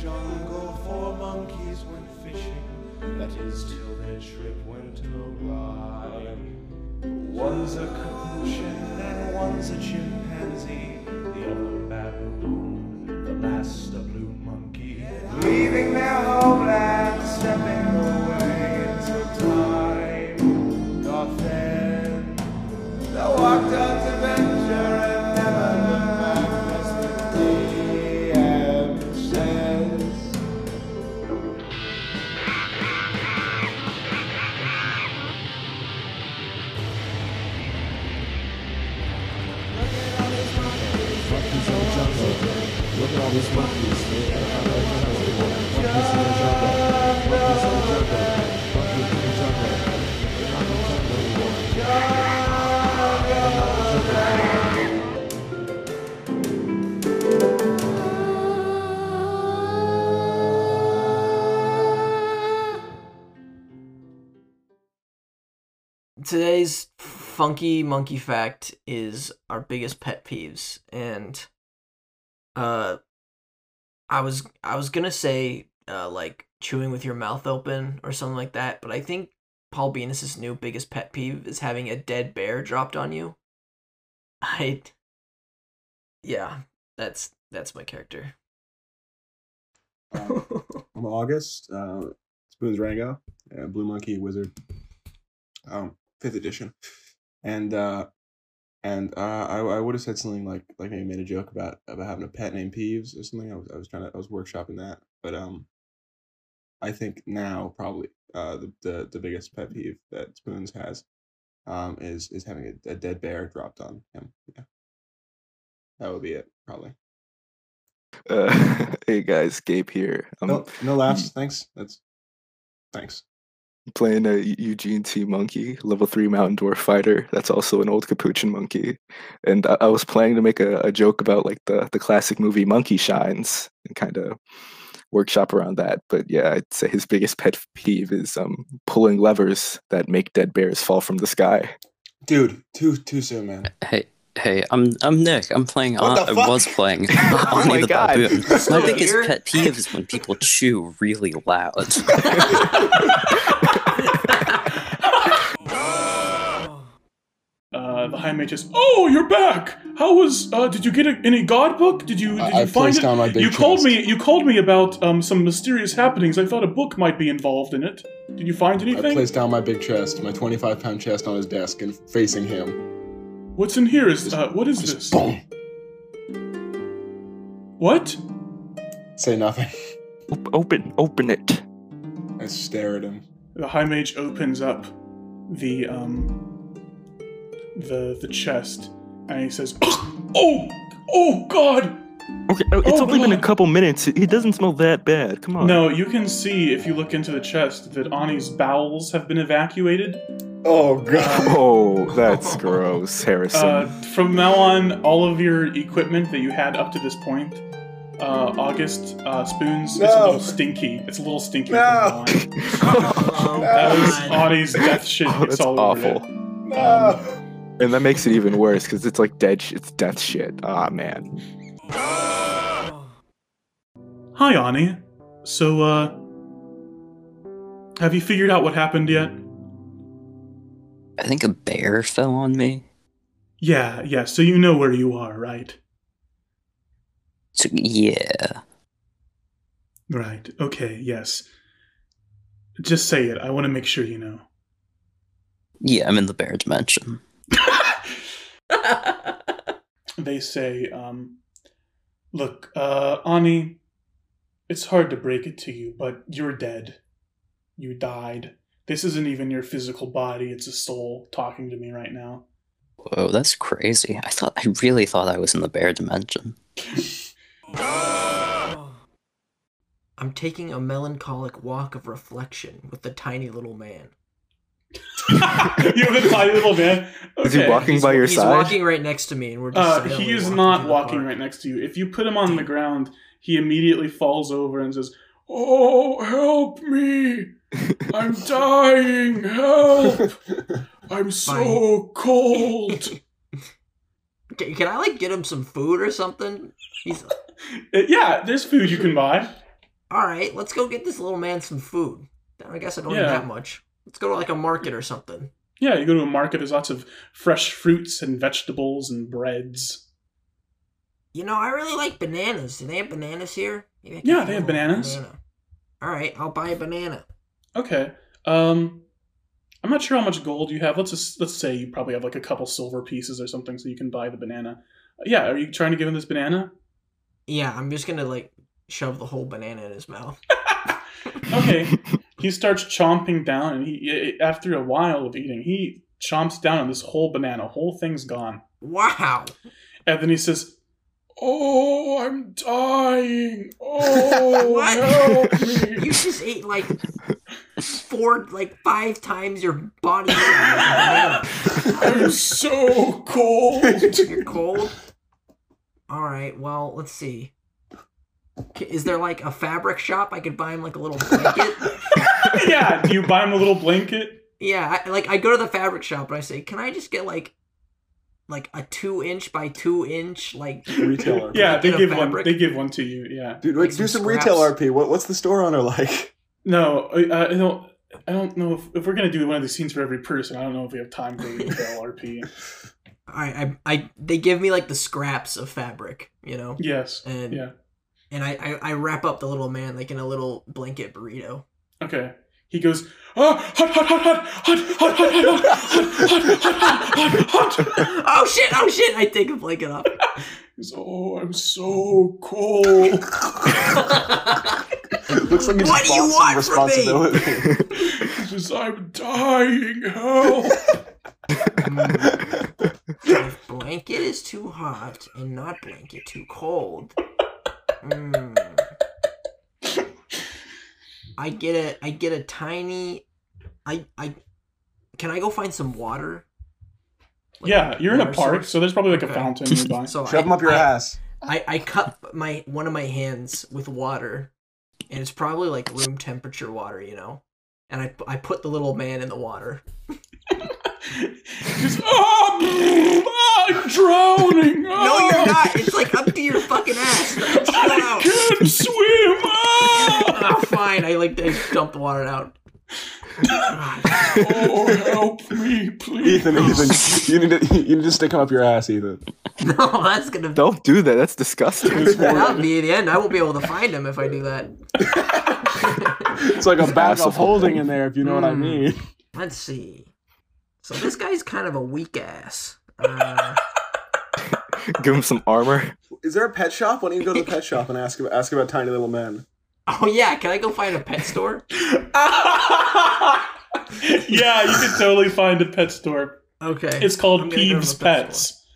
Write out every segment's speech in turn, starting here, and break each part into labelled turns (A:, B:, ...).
A: jungle for monkeys went fishing. That is, till their trip went awry. One's a capuchin and one's a chimpanzee. The other baboon, the last a blue monkey. Leaving their homeland, stepping away into time. Doth end. They walked out to venture and never looked back. That's the DM says.
B: Monkeys in the jungle. Look at all these monkeys. They are out of the jungle. Monkeys in the jungle. Monkeys in the jungle. Monkeys in the jungle. They're out of the jungle anymore. They're out of the jungle.
C: Today's funky monkey fact is our biggest pet peeves, and uh, I was I was gonna say uh like chewing with your mouth open or something like that, but I think Paul Venus's new biggest pet peeve is having a dead bear dropped on you. I, yeah, that's that's my character.
D: Um, I'm August. Uh, Spoons Rango, uh, Blue Monkey Wizard, um, fifth edition, and uh, and uh, I I would have said something like like I made a joke about about having a pet named Peeves or something. I was I was trying to I was workshopping that, but um, I think now probably uh the the, the biggest pet peeve that Spoons has, um, is is having a, a dead bear dropped on him. Yeah, that would be it probably.
E: Uh, hey guys, Gabe here. I'm
F: Oh.
D: No no laughs. Thanks. That's thanks.
E: playing a Eu- Eugene T monkey, level three mountain dwarf fighter. That's also an old capuchin monkey. And I, I was planning to make a, a joke about like the the classic movie Monkey Shines and kind of workshop around that. But yeah, I'd say his biggest pet peeve is um pulling levers that make dead bears fall from the sky.
D: Dude, too too soon, man.
G: Hey, hey, I'm I'm Nick. I'm playing.
D: What
G: Ar-
D: the
G: I was
D: fuck?
G: playing
E: Oh
G: Arnie
E: my
G: the
E: God.
G: Baboon. My
C: Yeah.
G: biggest
C: You're-
G: pet peeve is when people chew really loud.
F: Uh, the high mage says, "Oh, you're back. How was? Uh, did you get a, any god book? Did you? Did
D: I-
F: you
D: I
F: find
D: placed
F: it?
D: down my big
F: you called
D: chest.
F: me. You called me about um, some mysterious happenings. I thought a book might be involved in it. Did you find
D: I
F: anything?
D: placed down my big chest, my 25 pound chest on his desk and facing him.
F: What's in here? Is
D: Just-
F: uh, what is this?
D: Just boom.
F: What?
D: Say nothing.
E: Op- open, open it.
D: I stare at him.
F: The high mage opens up the um the the chest and he says, "Oh, oh God."
E: Okay, oh, it's
F: Oh,
E: only been a
F: God.
E: couple minutes. It it doesn't smell that bad. Come on.
F: No, you can see if you look into the chest that Ani's bowels have been evacuated.
D: Oh god.
E: Oh, that's gross, Harrison.
F: Uh, from now on, all of your equipment that you had up to this point, uh, August uh, spoons, it's a
D: No.
F: little stinky. It's a little stinky.
D: No.
F: From now on.
C: Oh,
F: Uh, That was
C: God.
F: Audie's death shit.
E: Oh,
F: it's
E: that's
F: all
E: awful.
F: Over it.
D: no.
E: And that makes it even worse because it's like dead. Sh- it's death shit. Ah man.
F: Hi, Ani. So, uh, have you figured out what happened yet?
G: I think a bear fell on me.
F: Yeah, yeah. So you know where you are, right?
G: So, yeah,
F: Right. Okay. Yes. Just say it. I want to make sure you know.
G: yeah, I'm in the bear dimension.
F: they say, um, look, uh, Ani, it's hard to break it to you, but you're dead. You died. This isn't even your physical body, it's a soul talking to me right now.
G: Whoa, that's crazy. I thought I really thought I was in the bear dimension.
C: I'm taking a melancholic walk of reflection with the tiny little man.
F: you have a tiny little man. Okay.
E: Is he walking
C: He's-
E: by your
C: he's
E: side?
C: walking right next to me, and we're just.
F: Uh,
C: silently
F: he is
C: walking
F: not
C: through the
F: walking
C: park.
F: right next to you. If you put him on the ground, he immediately falls over and says, Oh, help me! I'm dying! Help! I'm so cold!
C: Can, can I like get him some food or something? He's
F: Uh, yeah, there's food you can buy.
C: all right, let's go get this little man some food. I guess I don't need
F: Yeah.
C: that much. Let's go to like a market or something.
F: Yeah, you go to a market, there's lots of fresh fruits and vegetables and breads.
C: You know, I really like bananas. Do they have bananas here? Maybe I can
F: Yeah,
C: get
F: they
C: a
F: have
C: little
F: bananas.
C: banana. All right, I'll buy a banana.
F: Okay. Um I'm not sure how much gold you have. Let's just let's say you probably have like a couple silver pieces or something so you can buy the banana. Uh, Yeah, are you trying to give him this banana?
C: Yeah, I'm just gonna like shove the whole banana in his mouth.
F: Okay. he starts chomping down and he after a while of eating, he chomps down on this whole banana. Whole thing's gone.
C: Wow.
F: And then he says, "Oh, I'm dying. Oh,
C: What?
F: help me."
C: You just ate like four, like five times your body. weight of banana.
F: I'm so cold.
C: You're cold. All right. Well, let's see. K- Is there like a fabric shop I could buy him like a little blanket?
F: yeah, do you buy him a little blanket?
C: yeah. I, like I go to the fabric shop and I say, "Can I just get like, like a two inch by two inch like?"
D: Retailer.
F: Yeah, they
C: Get a
F: give one.
C: fabric?
F: They give one to you. Yeah.
D: Dude,
C: Like
D: wait, do
C: some
D: some retail
C: scraps.
D: RP. What, what's the store owner like?
F: No, I, I don't. I don't know if, if we're gonna do one of these scenes for every person. I don't know if we have time for retail RP.
C: All right. I, I they give me like the scraps of fabric, you know,
F: Yes.
C: and
F: Yeah.
C: and I, I I wrap up the little man like in a little blanket burrito.
F: Okay. He goes, oh, hot, hot, hot, hot, hot, hot, hot, hot, hot, hot, hot, hot, hot, hot.
C: Oh shit! Oh shit! I take a blanket off.
F: He's, oh, I'm so cold.
D: Looks like he's
C: What do you
D: bought
C: want
D: some
C: from me?
D: responsibility.
F: He says, I'm dying. Help.
C: if blanket is too hot and not blanket too cold, mm, I get a I get a tiny. I I can I go find some water? Like,
F: Yeah, you're in a
C: water
F: park,
C: source?
F: so there's probably like a
C: Okay.
F: fountain nearby.
C: So
D: Shove
C: I,
D: him up your
C: I,
D: ass.
C: I I cup my one of my hands with water, and it's probably like room temperature water, you know. And I I put the little man in the water.
F: Just, ah, brrr, ah, I'm drowning.
C: No,
F: ah,
C: you're not. It's like up to your fucking ass. Chill
F: I
C: out.
F: can't swim. Ah!
C: Ah, fine. I like I dump the water out. God.
F: Oh, help me, please.
D: Ethan, Ethan, you need to you need to stick him up your ass, Ethan.
C: No, that's gonna
E: Don't do that. That's disgusting.
C: that'll be the end. I won't be able to find him if I do that.
D: It's like a bag
E: Asshole.
D: of holding in there, if you know what I
C: Mm.
F: Hmm.
D: mean.
C: Let's see. So this guy's kind of a weak ass. Uh,
E: Give him some armor.
D: Is there a pet shop? Why don't you go to the pet shop and ask about, ask about tiny little men?
C: oh yeah, can I go find a pet store?
F: yeah, you could totally find a pet store.
C: Okay.
F: It's called
C: I'm gonna go to
F: Peeves
C: the pet
F: Pets.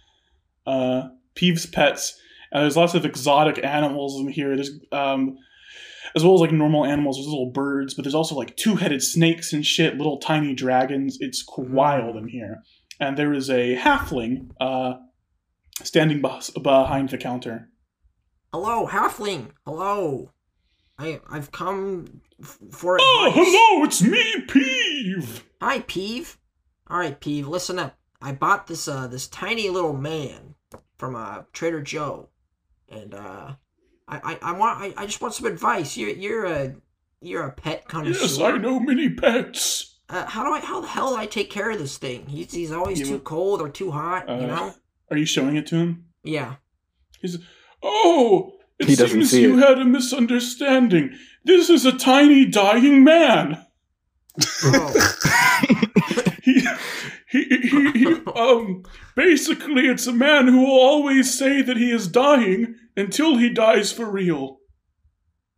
F: Uh, Peeves Pets. Uh, there's lots of exotic animals in here. There's um, as well as like normal animals. There's little birds, but there's also like two-headed snakes and shit. Little tiny dragons. It's qu- wild in here. And there is a halfling uh, standing beh- behind the counter.
C: hello, halfling. Hello. I I've come f- for advice.
F: Oh, hello! It's me, Peeve.
C: Hi, Peeve. All right, Peeve, listen up. I bought this uh this tiny little man from uh Trader Joe, and uh, I I, I want I, I just want some advice. You're you're a you're a pet connoisseur.
F: Yes, I know many pets.
C: uh, how do I how the hell do I take care of this thing? He's he's always
F: You-
C: too cold or too hot,
F: Uh,
C: you know.
F: Are you showing it to him?
C: Yeah.
F: Oh, it
E: He doesn't
F: seems
E: see
F: you
E: it.
F: had a misunderstanding. This is a tiny dying man.
C: Oh,
F: He, he, he, he, um, basically, it's a man who will always say that he is dying until he dies for real.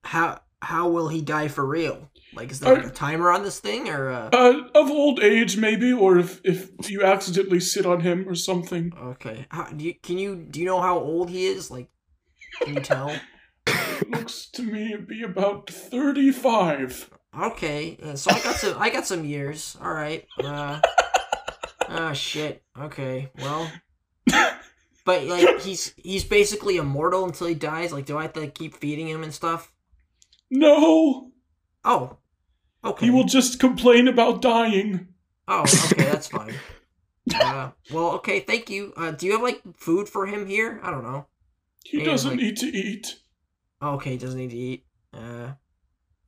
C: how how will he die for real? Like, is there like,
F: Uh,
C: a timer on this thing or? Uh...
F: Uh, of old age, maybe, or if, if you accidentally sit on him or something.
C: Okay. How, do you, can you do you know how old he is? Like, can you tell?
F: It looks to me to be about 35.
C: Okay, uh, so I got some. I got some years. All right. Uh, ah, shit. Okay. Well, but like he's he's basically immortal until he dies. Like, do I have to keep feeding him and stuff?
F: No!
C: Oh. Okay.
F: He will just complain about dying.
C: Oh, okay. That's fine. Uh, well, okay. Thank you. Uh, do you have like food for him here? I don't know. Oh,
F: He
E: Oh
C: Yeah,
F: doesn't
C: like-
F: need to eat.
C: Okay, he doesn't need to eat. Uh,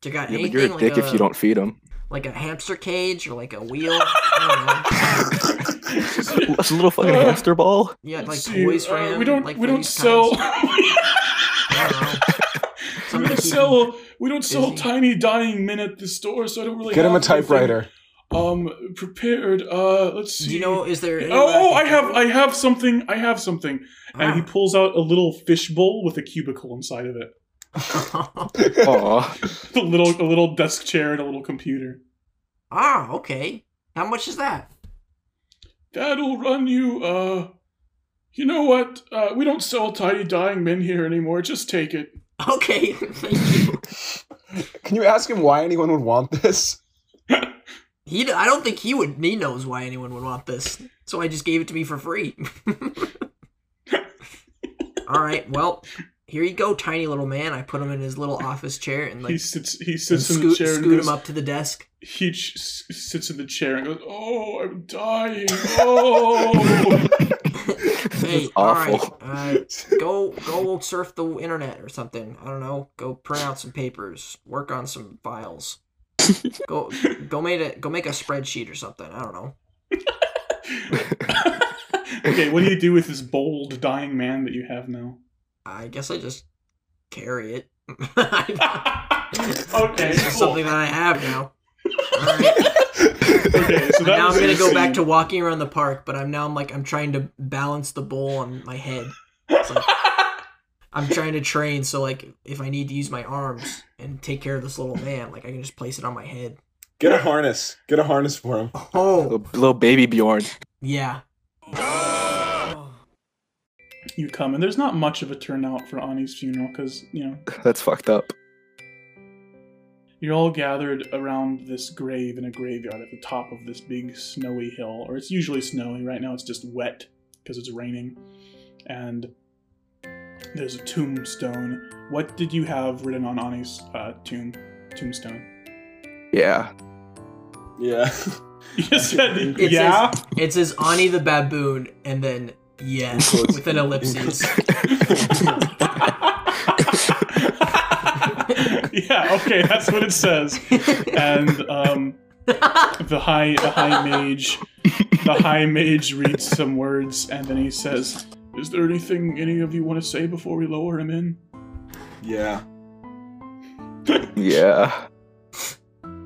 C: Do you got
E: Yeah, but
C: anything
E: you're
C: like
E: a
C: uh,
E: dick
C: a,
E: if you don't feed him.
C: like a hamster cage or like a wheel? I don't know.
E: What's a little
C: Uh.
E: fucking hamster ball?
C: Yeah, like
F: See,
C: toys for
F: uh,
C: him.
F: we don't
C: like
F: we
C: for
F: don't
C: these
F: sell
C: kinds. I don't know.
F: we
C: Something
F: don't
C: to keep
F: sell we don't sell
C: busy.
F: tiny dying men at the store, so I don't really
D: Get him a
F: have anything,
D: typewriter.
F: Um, prepared. Uh, let's see.
C: Do you know? Is there?
F: Oh,
C: any way
F: oh, I
C: can-
F: have I have something. I have something. And he pulls out a little fish bowl with a cubicle inside of it.
C: Ah.
E: Aw.
F: A little a little desk chair and a little computer.
C: ah, okay. How much is that?
F: That'll run you. Uh, you know what? Uh, we don't sell tiny dying men here anymore. Just take it.
C: Okay, thank you.
D: Can you ask him why anyone would want this?
C: He, I don't think he would. He knows why anyone would want this, so I just gave it to me for free. All right, well, here you go, tiny little man. I put him in his little office chair and
F: he
C: like
F: sits. He sits in the
C: scoot,
F: chair and
C: scoot
F: goes,
C: him up to the desk.
F: He ch- s- sits in the chair and goes, "Oh, I'm dying. Oh."
C: Hey, all right,
E: awful.
C: uh, go go surf the internet or something. I don't know. Go print out some papers. Work on some files. go go make a go make a spreadsheet or something. I don't know.
F: okay, what do you do with this bold dying man that you have now?
C: I guess I just carry it. okay,
F: okay,
C: it's just
F: cool.
C: something that I have now. All right.
F: okay, so that
C: now
F: was
C: I'm gonna
F: your
C: go back
F: scene.
C: to walking around the park, but I'm now I'm like I'm trying to balance the bowl on my head. I'm trying to train so like if I need to use my arms and take care of this little man, like I can just place it on my head.
D: Get a harness. Get a harness for him.
C: Oh
E: Little, little baby Bjorn.
C: yeah.
F: you come, and there's not much of a turnout for Ani's funeral because you know
E: That's fucked up.
F: You're all gathered around this grave in a graveyard at the top of this big snowy hill, or it's usually snowy. Right now it's just wet because it's raining. And there's a tombstone. What did you have written on Ani's uh, tomb? Tombstone.
E: Yeah.
D: Yeah.
F: You said,
C: It
F: yeah.
C: It says Ani the baboon and then yes
D: Includes-
C: with an ellipses.
F: yeah. Okay, that's what it says. And um, the high the high mage the high mage reads some words and then he says is there anything any of you want to say before we lower him in
D: yeah.
E: Yeah.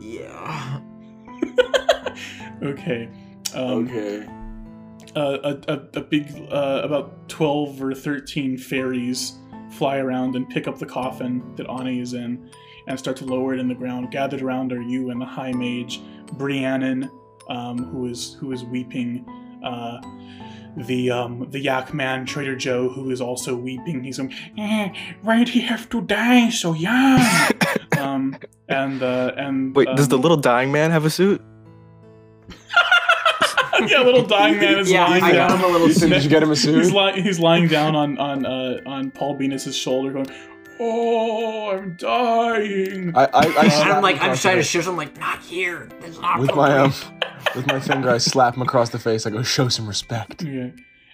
C: yeah.
F: okay um,
D: Okay.
F: a, a, a, a big uh, about 12 or 13 fairies fly around and pick up the coffin that ani is in and start to lower it in the ground gathered around are you and the high mage briannon um, who is who is weeping uh, the um, the yak man trader joe who is also weeping he's going eh, why did he have to die so young um, and uh, and
E: Wait, does
F: um,
E: the little dying man have a suit?
F: yeah little dying man is
C: yeah,
F: lying
C: I got
F: down
C: him a little
D: Did you get him a
F: He's,
D: suit?
F: li- he's lying down on on uh, on Paul Venus's shoulder, going, "Oh, I'm dying."
D: I, I, I
C: And
D: slap
C: I'm
D: him
C: like, I'm
D: across
C: trying
D: the
C: to shift. I'm like, not here. It's
D: face.
C: not
D: with my um,
C: appropriate.
D: with my finger, I slap him across the face. I go, show some respect.
F: yeah.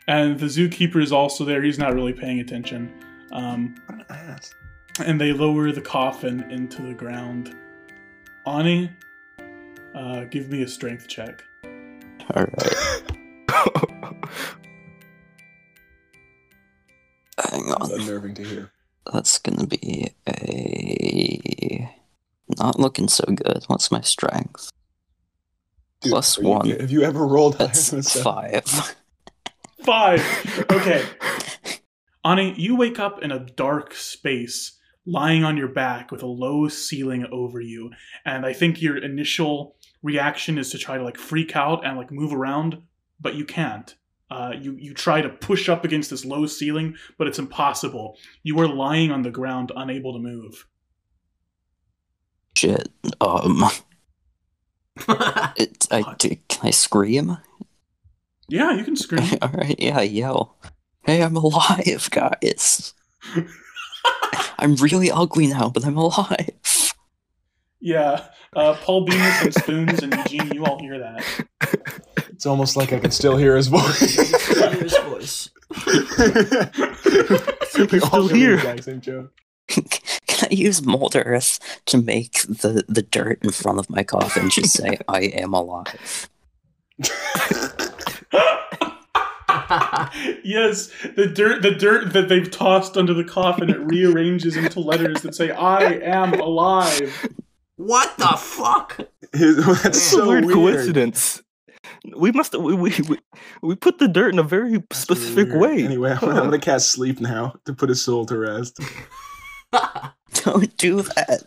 F: And the zookeeper is also there. He's not really paying attention. Um,
D: What an ass.
F: and they lower the coffin into the ground. Ani, uh, give me a strength check.
G: All right. Hang
D: It's
G: on.
D: unnerving to hear.
G: That's gonna be a not looking so good. What's my strength?
D: Dude,
G: Plus
D: are you-
G: one.
D: have you ever rolled higher
G: That's
D: than a seven?
G: five.
F: Five. Okay. Ani, you wake up in a dark space, lying on your back with a low ceiling over you, and I think your initial reaction is to try to like freak out and like move around, but you can't. Uh, you you try to push up against this low ceiling, but it's impossible. You are lying on the ground, unable to move.
G: Shit. Um.
D: um,
G: It. I
F: Fuck.
G: do. Can I scream?
F: Yeah, you can scream.
G: All right. Yeah. I Yell. Hey, I'm alive, guys. I'm really ugly now, but I'm alive.
F: yeah, uh, Paul Venus and Spoons and Eugene, you all hear that.
D: It's almost like I can still hear his voice.
C: Hear his voice.
D: we
E: still
D: all hear
E: here.
D: the exact same joke.
G: Can I use mold earth to make the, the dirt in front of my coffin just say, I am alive.
F: yes, the dirt, the dirt that they've tossed under the coffin, it rearranges into letters that say, "I am alive."
C: What the fuck?
D: That's
C: It's a
D: so
E: weird,
D: weird.
E: coincidence. We must we, we we we put the dirt in a very
D: That's really
E: specific
D: weird.
E: way.
D: Anyway, I'm, gonna- I'm gonna cast sleep now to put his soul to rest.
G: Don't do that.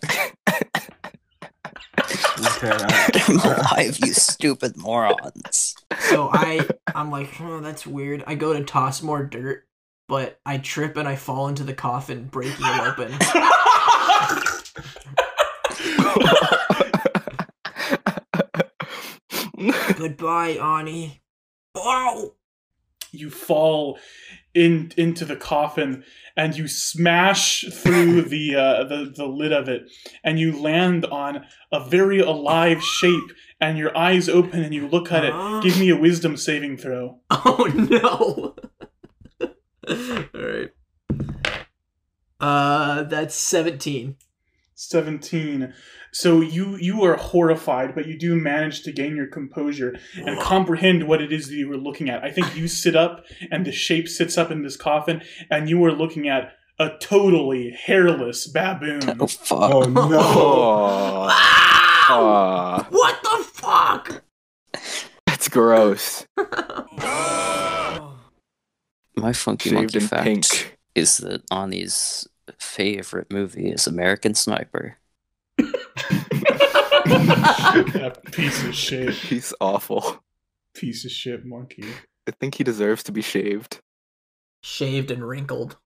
D: Okay, I-
G: I'm alive, you stupid morons.
C: so I I'm like, oh, that's weird. I go to toss more dirt, but I trip and I fall into the coffin, breaking it open. Goodbye, Ani. Oh,
F: you fall in into the coffin and you smash through the, uh, the the lid of it and you land on a very alive shape and your eyes open and you look at it give me a wisdom saving throw
C: oh no. All right. Uh, that's seventeen.
F: 17 so you you are horrified but you do manage to gain your composure and comprehend what it is that you were looking at i think you sit up and the shape sits up in this coffin and you are looking at a totally hairless baboon
G: Oh, fuck.
D: oh no!
E: oh,
C: Ow! What the fuck?
E: that's gross.
G: My funky
E: Shaved
G: monkey
E: in
G: fact
E: pink.
G: is that Ani's favorite movie is American Sniper.
F: That piece of shit
E: He's awful.
F: piece of shit monkey
E: I think he deserves to be shaved.
C: Shaved and wrinkled.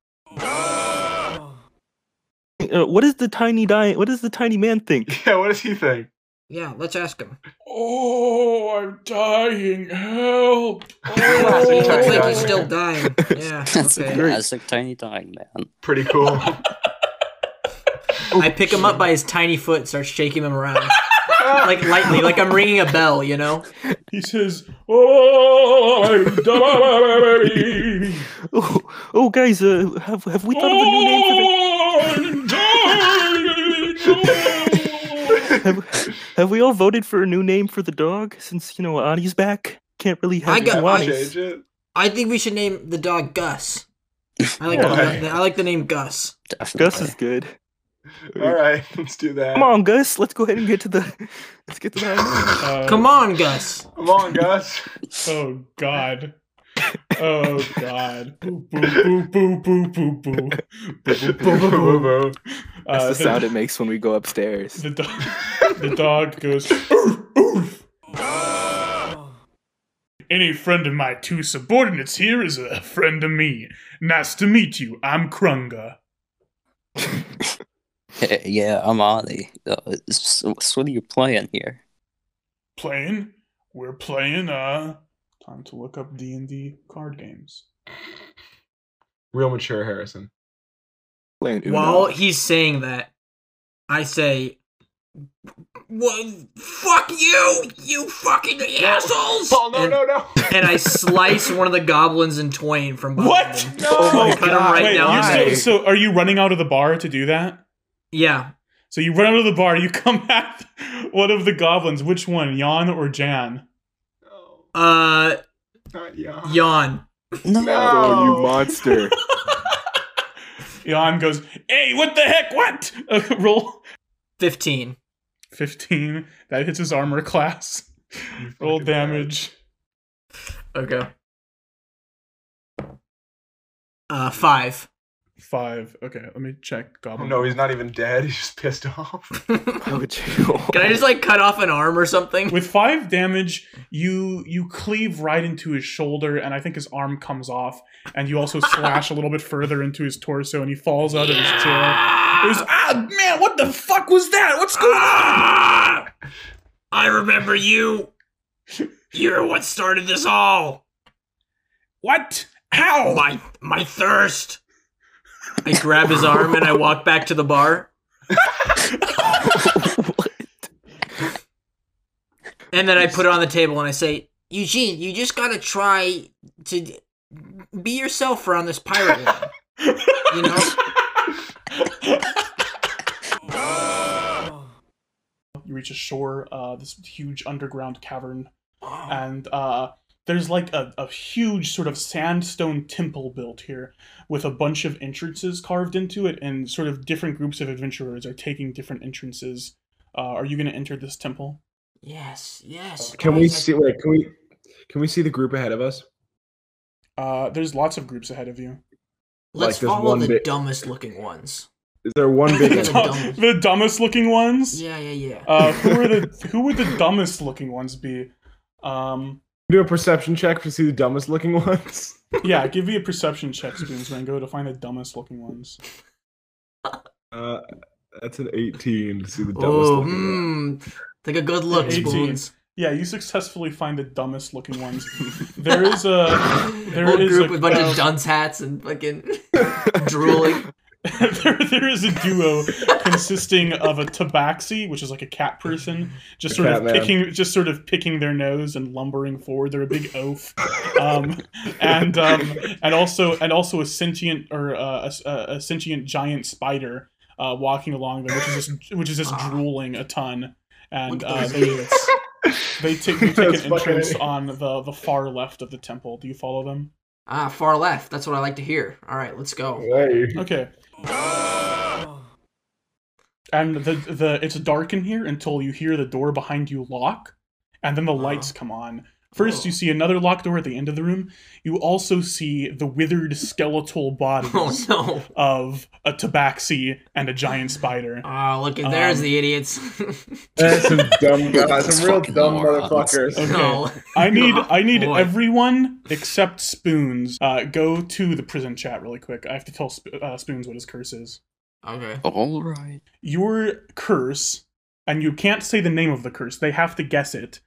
E: Uh, what does the tiny di- What does the tiny man think?
D: Yeah, what does he think?
C: Yeah, let's ask him.
F: Oh, I'm dying. Help. Oh."
D: Classic
C: Looks
D: Tiny
C: like
D: Dying
C: he's still
D: Man.
C: dying. Yeah.
G: That's a
C: Okay.
G: classic Tiny Dying Man.
D: Pretty cool.
C: I pick him up by his tiny foot and start shaking him around. like lightly, like I'm ringing a bell, you know?
F: He says, Oh, I'm dying.
E: Oh, oh, guys, uh, have have we thought of a new name for the-
F: I'm dying.
E: have, have we all voted for a new name for the dog since you know Ani's back? Can't really have
C: I got-
E: two
C: I-
E: Anis.
D: Change it.
C: I think we should name the dog Gus. I like
D: Why?
C: the, I like the name Gus.
G: Definitely.
E: Gus is good.
D: All right, let's do that.
E: Come on, Gus. Let's go ahead and get to the. Let's get to the.
F: Uh,
D: Oh.
C: Come on, Gus.
D: Come on, Gus.
F: Oh, God. Oh, God. Boo, boo, boo, boo, boo, boo. Boo, boo, boo, boo, boo.
E: That's
F: Uh,
E: the sound it makes when we go upstairs.
F: The dog, the dog goes, "Oof, oof." Any friend of my two subordinates here is a friend of me. Nice to meet you. I'm Krunga.
G: Hey, yeah, I'm Ani. Uh, so, so what are you playing here?
F: Playing? We're playing, uh... Time to look up D&D card games.
D: Real mature Harrison.
E: Playing Uno.
C: While he's saying that, I say, well, fuck you, you fucking assholes!
D: Paul, Oh, no,
C: and,
D: no, no.
C: and I slice one of the goblins in twain from behind
F: What?
C: him.
D: Oh
C: my Cut 'em God. right
F: Wait,
C: down
F: you-
C: the
F: so,
C: middle.
F: so are you running out of the bar to do that?
C: Yeah,
F: So you run out of the bar, you come at one of the goblins. Which one, Jan or Jan?
D: No,
C: uh,
D: not Jan.
C: yawn.
G: No.
E: Oh, you
D: No.
E: monster!
F: Jan goes, Hey, what the heck, what? Uh, roll
C: 15.
F: 15. That hits his armor class.
D: You
F: Roll
D: fucking bad.
F: damage.
C: Okay. Uh, five.
F: Five. Okay, let me check
D: Oh,
F: Goblin.
D: no, he's not even dead. He's just pissed off.
E: How would you?
C: Can I just like cut off an arm or something?
F: With five damage, you you cleave right into his shoulder, and I think his arm comes off, and you also slash a little bit further into his torso, and he falls out of his chair. It was, ah, man, what the fuck was that? What's going on?
C: Ah! I remember you. You're what started this all.
F: What? How?
C: My my thirst. I grab his arm and I walk back to the bar, and then I put it on the table and I say, Eugene, you just gotta try to d- be yourself around this pirate one. You know,
F: reach ashore, uh, this huge underground cavern,
C: Oh,
F: and uh, there's like a, a huge sort of sandstone temple built here, with a bunch of entrances carved into it, and sort of different groups of adventurers are taking different entrances. Uh, are you going to enter this temple?
C: Yes, yes.
D: Can
C: I- I-
D: we see? Wait, can we? Can we see the group ahead of us?
F: Uh, there's lots of groups ahead of you.
C: Let's
D: like, there's
C: follow
D: one
C: the
D: big-
C: dumbest looking ones.
D: Is there one big?
C: Yeah,
F: the,
C: the
D: entrance?
C: dumbest.
F: the dumbest looking ones.
C: Yeah, yeah, yeah.
F: Uh, who are the who would the dumbest looking ones be? Um,
D: Do a perception check to see the dumbest looking ones.
F: yeah, give me a perception check, Spoons Rango, to find the dumbest looking ones.
D: Uh, that's an eighteen to see the dumbest
C: oh,
D: looking one.
C: mm, take a good look,
F: 18.
C: spoons.
F: Yeah, you successfully find the dumbest looking ones. There is a There
C: Whole
F: is
C: group
F: a
C: with a bunch
F: crowd.
C: of dunce hats and fucking drooling.
F: there, there is a duo consisting of a tabaxi, which is like a cat person, just
D: A
F: sort of
D: cat man.
F: picking just sort of picking their nose and lumbering forward. They're a big oaf. Um, and um, and also and also a sentient or uh, a, s- a- a sentient giant spider uh, walking along them, which is just which is just drooling a ton. And
C: Look
F: uh,
C: at those
F: they
C: idiots.
F: they take, they take
D: That's
F: an
D: fucking
F: entrance
D: idiot.
F: on the the far left of the temple. Do you follow them?
C: Ah, far left. That's what I like to hear. All right, let's go.
D: Hey.
F: Okay. And the the it's dark in here until you hear the door behind you lock, and then the lights
C: Uh-huh.
F: come on. First, you see another locked door at the end of the room. You also see the withered skeletal bodies
C: Oh no!
F: of a tabaxi and a giant spider.
C: Ah, look at there's
F: Um,
C: the idiots.
D: That's some dumb guys,
G: Those
D: some real
G: fucking
D: dumb
G: morons.
D: motherfuckers.
F: Okay.
C: No.
F: I need
C: God,
F: I need
C: Oh, boy.
F: everyone except Spoons. Uh, go to the prison chat really quick. I have to tell Sp- uh, Spoons what his curse is.
C: Okay.
G: All right.
F: your curse, and you can't say the name of the curse, they have to guess it,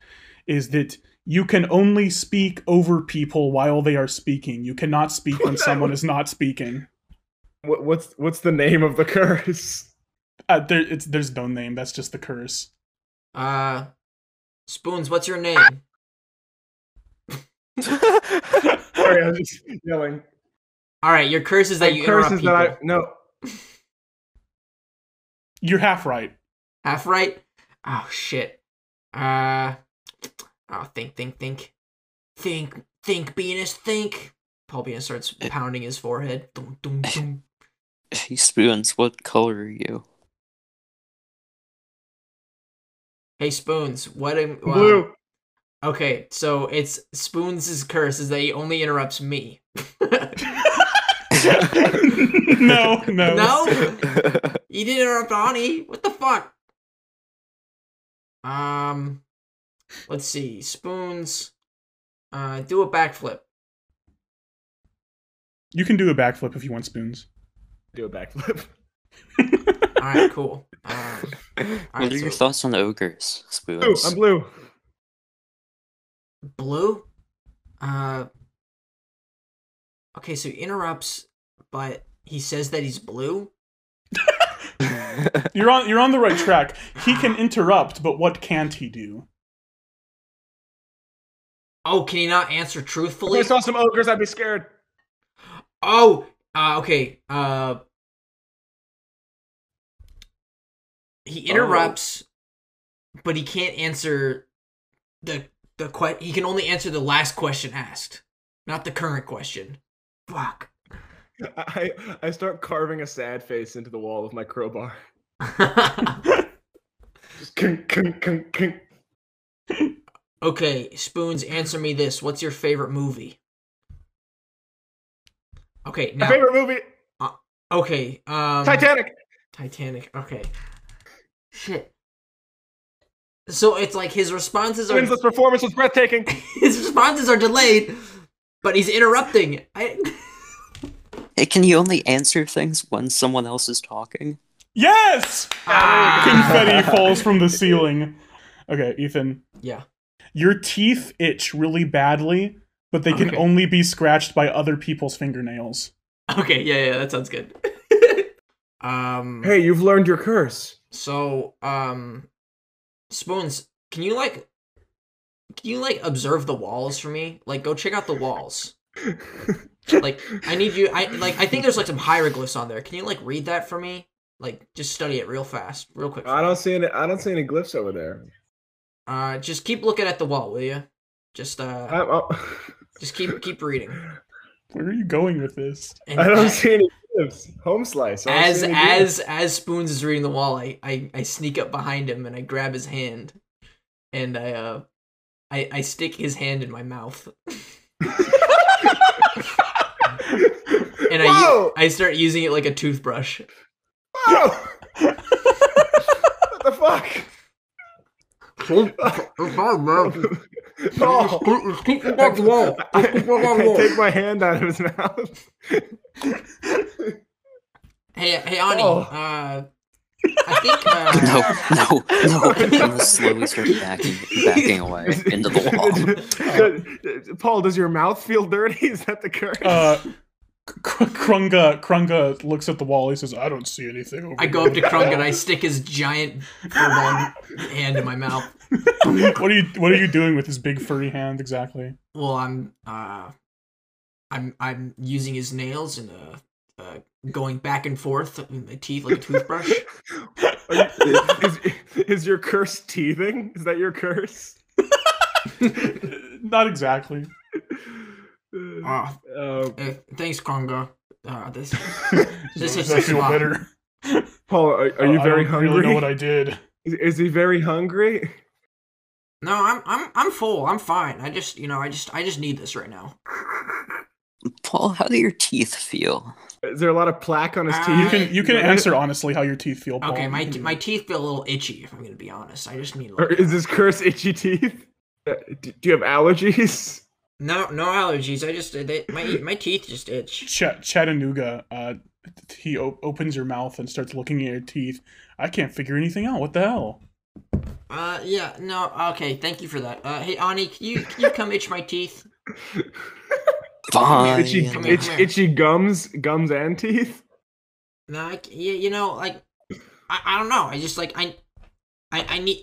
F: is that you can only speak over people while they are speaking. You cannot speak when someone is not speaking.
D: What, what's what's the name of the curse?
F: Uh, there, it's, there's no name, that's just the curse.
C: Uh, spoons. What's your name?
D: Sorry, I was just yelling.
C: All right, your curse is that you interrupt
D: Curses
C: people.
D: that I no.
F: You're half right.
C: Half right. Oh shit. Uh. Oh, think, think, think, think, think. Venus, think. Paul Venus starts pounding his forehead. Dum, dum, dum.
G: Hey, Spoons, what color are you?
C: Hey, spoons. What? Am, wow.
D: Blue.
C: Okay, so it's spoons' curse is that he only interrupts me.
F: no, no.
C: no, you didn't interrupt Ani. What the fuck? Um, let's see. Spoons, uh, do a backflip.
F: You can do a backflip if you want Spoons.
D: Do a backflip.
C: All right, cool. Um, all
G: What
C: right,
G: are your
C: so
G: thoughts on ogres,
D: Blue.
G: Spoons?
D: I'm blue.
C: blue. Uh, okay, so he interrupts, but he says that he's blue.
F: You're on, you're on the right track. He can interrupt, but what can't he do?
C: Oh, can he not answer
D: If I
C: truthfully?
D: saw some ogres, I'd be scared.
C: Oh, uh, okay. Uh, he interrupts, but he can't answer the the que- He can only answer the last question asked, not the current question. Fuck.
D: I I start carving a sad face into the wall with my crowbar. Just kink, kink, kink, kink.
C: okay, spoons. Answer me this: What's your favorite movie? Okay,
D: My
C: now.
D: favorite movie,
C: Okay, um,
D: Titanic.
C: Titanic. Okay. Shit. So it's like his responses are
D: Winslet's performance was breathtaking.
C: his responses are delayed, but he's interrupting. I,
G: Hey, can you only answer things when someone else is talking?
F: Yes!
C: Ah.
F: confetti falls from the ceiling. Okay, Ethan.
C: Yeah.
F: Your teeth itch really badly, but they can
C: Okay.
F: only be scratched by other people's fingernails.
C: okay, yeah, yeah, that sounds good. um.
D: Hey, you've learned your curse.
C: So, um, spoons. Can you like? Can you like observe the walls for me? Like, go check out the walls. like, I need you. I like. I think there's like some hieroglyphs on there. Can you like read that for me? Like, just study it real fast, real quick.
H: I don't see any. I don't see any glyphs over there.
C: Uh, just keep looking at the wall, will you? Just uh,
H: I, I,
C: just keep keep reading.
F: Where are you going with this?
C: And uh,
H: I don't
C: a-
H: see any glyphs. Home slice. I don't
C: As
H: see any glyphs.
C: as as Spoons is reading the wall, I, I I sneak up behind him and I grab his hand, and I uh, I I stick his hand in my mouth, and I u-
H: Whoa!
C: I start using it like a toothbrush.
H: Whoa! what the fuck?
D: Oh,
H: Paul. I, I take my hand out of his mouth.
C: Hey hey Ani,
H: Oh.
C: uh, I think uh,
G: No, no, no. I'm gonna slowly start backing, backing away into the wall.
H: Does- Paul, does your mouth feel dirty? Is that the curse?
F: Uh, Kr- Krunga Krunga looks at the wall. He says, "I don't see anything." Over
C: I go up to Krunk and I stick his giant full-on hand in my mouth.
F: here." what are you What are you doing with his big furry hand exactly?
C: Well, I'm uh, I'm I'm using his nails and uh, uh going back and forth with my teeth like a toothbrush.
H: Are you- is, is your curse teething? Is that your curse?
F: Not exactly.
C: Uh,
H: Uh,
C: eh, thanks, Konga. Uh, this This
F: Does
C: is
F: that
C: just
F: feel
C: fine.
F: better?
H: Paul, are, are
F: Uh,
H: you
F: I
H: very
F: don't
H: hungry?
F: Really know what I did.
H: is, is he very hungry?
C: no, I'm I'm I'm full. I'm fine. I just you know I just I just need this right now.
G: Paul, how do your teeth feel?
H: Is there a lot of plaque on his
C: Uh,
F: You
H: teeth?
F: can You can
H: Right.
F: answer honestly how your teeth feel. Paul.
C: Okay, my my teeth feel a little itchy. If I'm gonna be honest, I just need.
H: Or
C: Like,
H: is this curse itchy teeth? Uh, Do, do you have allergies?
C: no no allergies. I just they, my my teeth just itch.
F: Ch- Chattanooga. Uh, he op- opens your mouth and starts looking at your teeth. I can't figure anything out. What the hell?
C: Uh yeah no okay thank you for that. Uh hey Ani, can you can you come itch my teeth?
G: Fine.
H: itchy,
C: Come here,
H: itch,
C: come here.
H: itchy gums, gums and teeth.
C: No, I, c- yeah, you know, like, I, I don't know. I just like I, I, I need.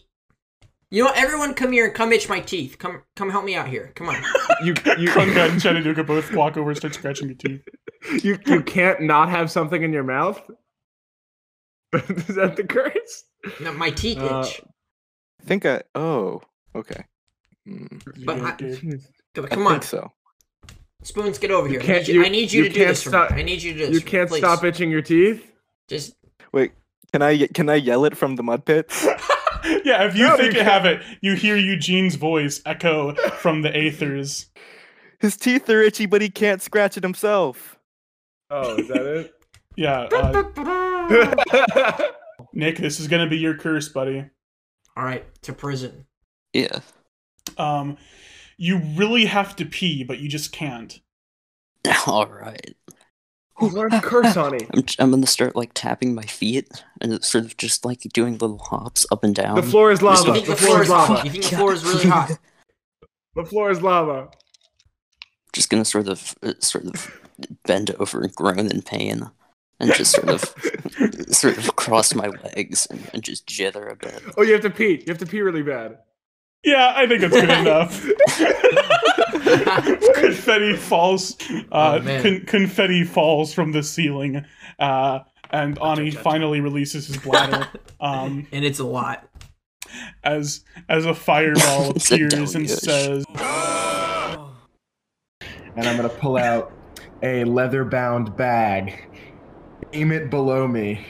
C: You know, what? everyone, come here and come itch my teeth. Come, come help me out here. Come on.
H: You you,
F: Krunga and Chattanooga both walk over and start scratching your teeth.
H: you you can't not have something in your mouth. is that the curse?
C: No, my teeth itch.
H: Uh,
E: I think I. Oh, okay. Hmm,
F: You
C: But
F: guys
C: I-
F: did.
C: come
E: I
C: come
E: think
C: on,
E: so.
C: spoons, get over here. I
H: can't-
C: need you,
H: you-
C: I need you
H: you
C: to do
H: can't
C: this. For me.
H: stop-
C: I need you to do this.
H: You
C: for me,
H: can't
C: please.
H: stop itching your teeth.
C: Just
E: Can I? Can I yell it from the mud pit?
F: yeah, if you
H: No,
F: think
H: you
F: you have it, you hear Eugene's voice echo from the aethers.
E: His teeth are itchy, but he can't scratch it himself.
H: Oh, is that it?
F: Yeah, uh, Nick, this is gonna be your curse, buddy.
C: all right to prison.
G: Yeah.
F: Um, you really have to pee, but you just can't.
G: All right.
H: Who learned curse on it?
G: I'm, I'm gonna start like tapping my feet and sort of just like doing little hops up and down.
H: The
B: Um,
H: floor is
C: You
H: lava.
C: think
H: The
C: the
H: floor is lava.
C: You think the floor is really hot?
H: The floor is lava.
G: Just gonna sort of uh, sort of bend over and groan in pain, and just sort of sort of cross my legs and, and just jither a bit.
H: Oh, you have to pee. You have to pee really bad.
F: Yeah, I think that's good enough. confetti falls.
C: Oh,
F: Uh,
C: man.
F: con- confetti falls from the ceiling, uh, and Ani finally releases his bladder. Um,
C: and it's a lot.
F: as as a fireball
G: It's a
F: appears and
G: deluge.
F: says,
B: and I'm gonna pull out a leather-bound bag, aim it below me,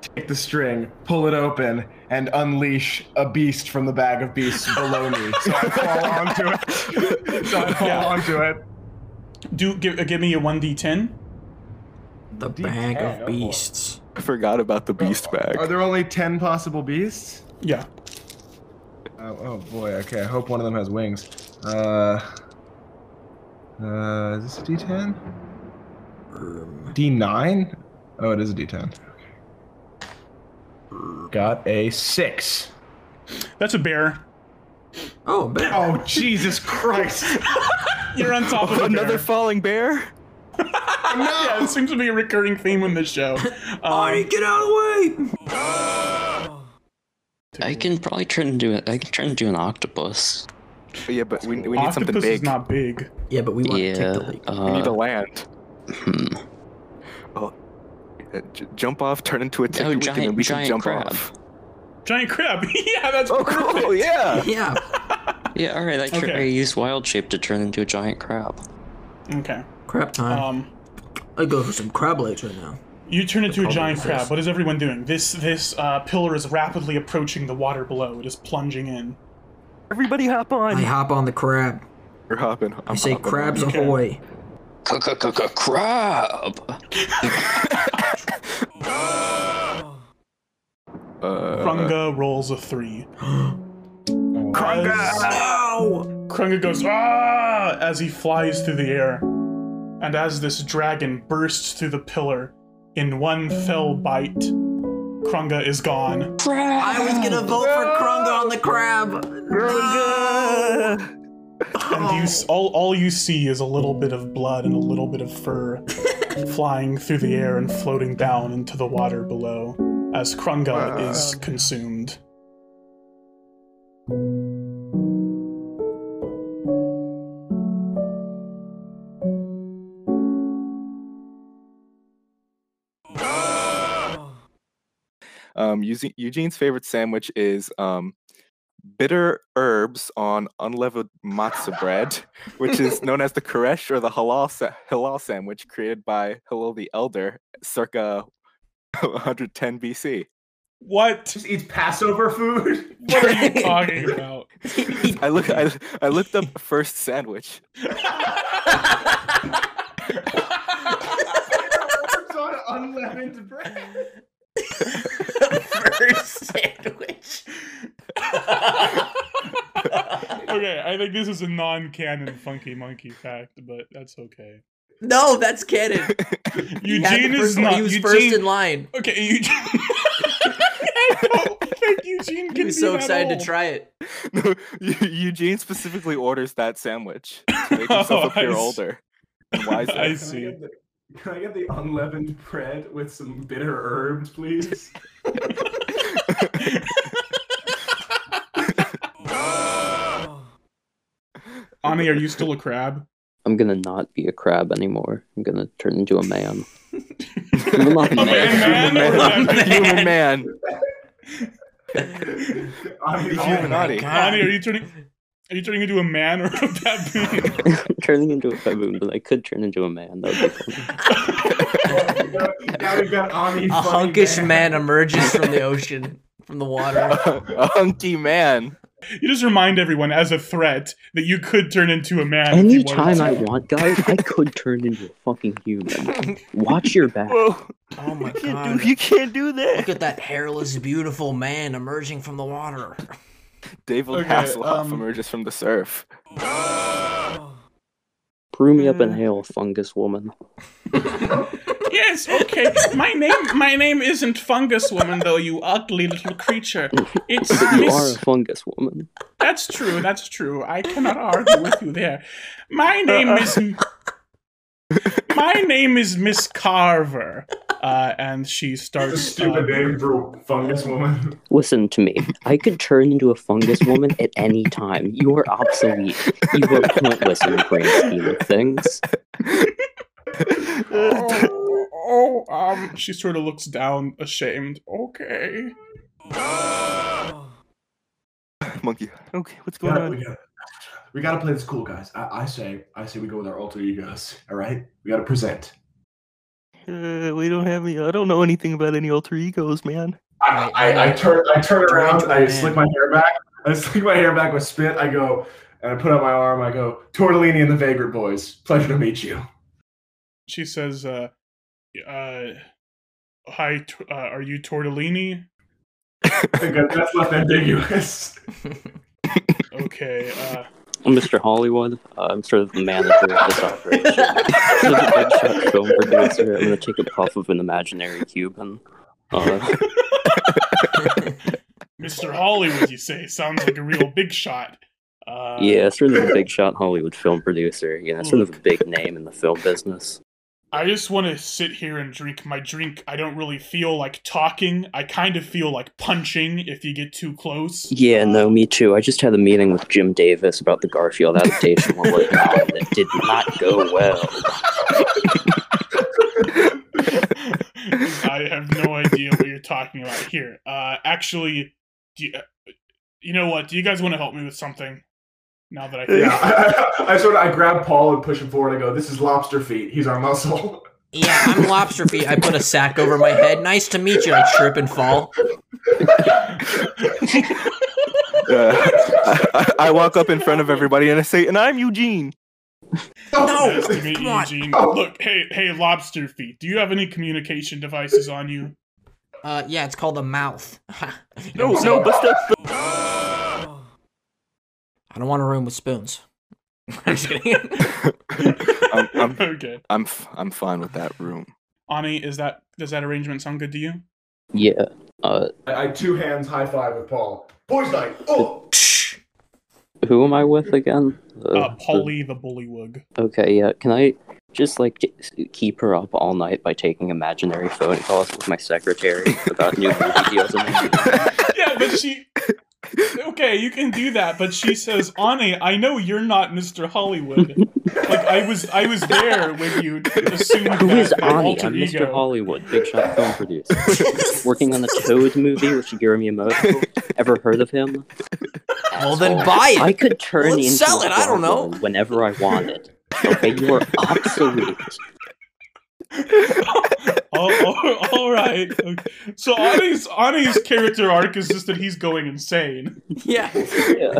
B: take the string, pull it open, and unleash a beast from the bag of beasts below me. So I fall onto it. So I fall
F: Yeah.
B: onto it.
F: "Do give uh, give me a one d ten."
C: The bag
B: oh
C: of
B: boy.
C: beasts.
E: I forgot about the beast
B: Are
E: bag.
B: there only ten possible beasts?
F: Yeah,
B: Oh, oh boy. Okay. I hope one of them has wings. Uh. Uh, is this a D10?
C: Um,
B: D9? Oh, it is a D10. Got a six.
F: that's a bear.
C: oh, bear.
B: Oh, Jesus Christ.
F: You're on top of a
E: Oh, Another
F: bear.
E: falling bear?
F: yeah, it seems to be a recurring theme in this show.
C: Arnie,
F: Um,
C: get out of the way.
G: I can probably turn into a, I can turn into an octopus.
E: But yeah, but we, we need
F: octopus
E: something
F: is
E: big.
F: not big.
C: Yeah, but we want to
E: Uh.
G: yeah.
C: take the lead.
E: We need to
G: Uh,
E: land.
G: hmm.
E: Oh, Uh, j- jump off, turn into a tick,
G: Oh,
E: and then
G: giant-
E: we can
G: giant
E: jump
G: crab.
E: off.
F: Giant crab. yeah, that's
E: Oh,
F: perfect.
E: cool! Yeah.
C: Yeah.
G: Yeah, alright, I, tr-
F: Okay.
G: I used wild shape to turn into a giant crab.
F: Okay.
C: Crab time.
F: Um,
C: I go for some crab legs right now.
F: you turn into a
C: problem
F: giant
C: is
F: crab.
C: this.
F: What is everyone doing? This this uh, pillar is rapidly approaching the water below. It is plunging in.
E: Everybody, hop
C: I
E: on.
C: hop on the crab.
E: You're hopping.
C: i
E: I'm
C: say
E: hopping.
C: crabs
F: Okay.
C: ahoy.
G: Crab!
E: Uh,
F: Krunga rolls a three.
E: Krunga!
F: As- Krunga goes ah as he flies through the air, and as this dragon bursts through the pillar in one fell bite, Krunga is gone.
C: I was gonna vote for Krunga on the crab.
E: Krunga!
F: And
C: Oh.
F: you s- all all you see is a little bit of blood and a little bit of fur flying through the air and floating down into the water below as Krunga is consumed.
E: Um, using Eugene's favorite sandwich is um, bitter herbs on unleavened matzah bread, which is known as the koresh or the halal sa- halal sandwich, created by Hillel the Elder, circa 110 BC.
F: What?
H: Just eats Passover food.
F: What are you talking about?
E: I look I, I looked up first sandwich.
H: It's on unleavened bread.
C: First sandwich.
F: okay, I think this is a non-canon funky monkey fact, but that's okay.
C: no, that's canon. He had
F: Eugene
C: the
F: is
C: first one.
F: not.
C: He was
F: Eugene,
C: first in line.
F: Okay, Eugene. I don't think Eugene can
C: He was
F: be
C: so
F: that
C: excited
F: old.
C: to try it.
E: No, Eu- Eugene specifically orders that sandwich to make himself
F: Oh, I
E: appear
F: see.
E: older and wiser.
F: I
B: Can I
F: see.
B: get the- Can I get the unleavened bread with some bitter herbs, please?
F: Ani, are you still a crab?
G: I'm gonna not be a crab anymore. I'm gonna turn into a man. Well, not a man.
F: man, man,
E: Human
F: man.
E: Human man.
B: I mean,
E: Human body.
F: Ani, are you turning? Are you turning into a man or a baboon?
G: I'm turning into a baboon, but I could turn into a man. That would be fun.
B: now we've got Ami.
C: A
B: funny
C: hunkish man emerges from the ocean, from the water.
E: a hunky man.
F: You just remind everyone as a threat that you could turn into a man. if you wanted
G: Anytime
F: to.
G: I want, guys, I could turn into a fucking human. Watch your back.
E: Whoa,
C: Oh my
E: you
C: god.
E: can't do, you can't do that.
C: Look at that hairless, beautiful man emerging from the water.
E: David
F: Okay,
E: Hasselhoff
F: um,
E: emerges from the surf.
G: Brew me up in hail, fungus woman.
F: Yes, okay. My name my name isn't Fungus Woman though, you ugly little creature. It's
G: But you are a
F: Miss
G: fungus woman.
F: That's true, that's true. I cannot argue with you there. My name is My name is Miss Carver. Uh, and she
B: It's a
F: starts
B: stupid
F: uh,
B: name for a fungus woman.
G: Listen to me. I could turn into a fungus woman at any time. You are obsolete. You are pointless in the grand scheme of things.
F: oh, oh, um she sort of looks down ashamed. Okay.
E: Monkey. Okay, what's
B: We
E: going
B: gotta, we,
E: on?
B: gotta, we gotta play this cool, guys. I, I say, I say, we go with our alter egos. All right, we gotta present.
E: Uh, we don't have any. I don't know anything about any alter egos, man.
B: I, I, I turn, I turn around, I slick my hair back, I slick my hair back with spit. I go and I put out my arm. I go, Tortellini and the Vagrant Boys. Pleasure to meet you.
F: She says uh uh Hi, t- uh, are you Tortellini?
B: I think that- that's left ambiguous.
F: Okay, uh,
G: I'm Mr. Hollywood. Uh, I'm sort of the manager of this operation. This is a big shot film producer. I'm gonna take a puff of an imaginary Cuban. Uh,
F: Mr. Hollywood, you say, sounds like a real big shot. Uh,
G: yeah, sort of a big shot Hollywood film producer. You know, sort of a big name in the film business.
F: I just want to sit here and drink my drink. I don't really feel like talking. I kind of feel like punching if you get too close.
G: Yeah, no, me too. I just had a meeting with Jim Davis about the Garfield adaptation one way down that did not go well.
F: I have no idea what you're talking about here. Uh, actually, do you, uh, you know what? Do you guys want to help me with something? Now that I
B: Yeah, I, I, I sort of I grab Paul and push him forward. and I go, "This is lobster feet. He's our muscle."
C: Yeah, I'm lobster feet. I put a sack over my head. Nice to meet you. I trip and fall.
E: Uh, I, I- I walk up in front of everybody and I say, and I'm Eugene.
C: No,
F: nice to
C: Oh,
F: meet
C: come
F: you,
C: on.
F: Eugene.
G: Oh.
F: Look, hey, hey, lobster feet. Do you have any communication devices on you?
C: Uh, yeah, it's called a mouth. I
E: No, no, but that's
C: don't want a room with spoons. I'm just kidding.
E: I'm,
C: Um,
E: I'm,
F: okay.
E: I'm, f- I'm fine with that room.
F: Ani, is that does that arrangement sound good to you?
G: Yeah. Uh,
B: I, I two hands high five with Paul. Boys night. Oh,
G: who am I with again? The-
C: Um,
F: Uh, Polly the Bullywug.
G: the- okay, yeah. Can I just like j- keep her up all night by taking imaginary phone calls with my secretary about new movie deals? And
F: yeah, but she. Okay, you can do that, but she says, "Ani, I know you're not Mr. Hollywood. Like I was, I was there when you assumed
G: Who
F: that
G: is
F: my
G: Ani?
F: alter
G: I'm
F: ego-
C: uh,
G: Mr. Hollywood, big shot film producer, working on the Toad movie with Shigeru Miyamoto. Ever heard of him?
C: well, then
G: Asshole.
C: buy
G: I
C: it.
G: could turn
C: Let's
G: into
C: sell
G: a
C: it, I don't know.
G: woman whenever I wanted. Okay, you are obsolete.
F: Oh, oh, all right. Okay. So Ani's Ani's character arc is just that he's going insane.
C: Yeah.
G: Yeah.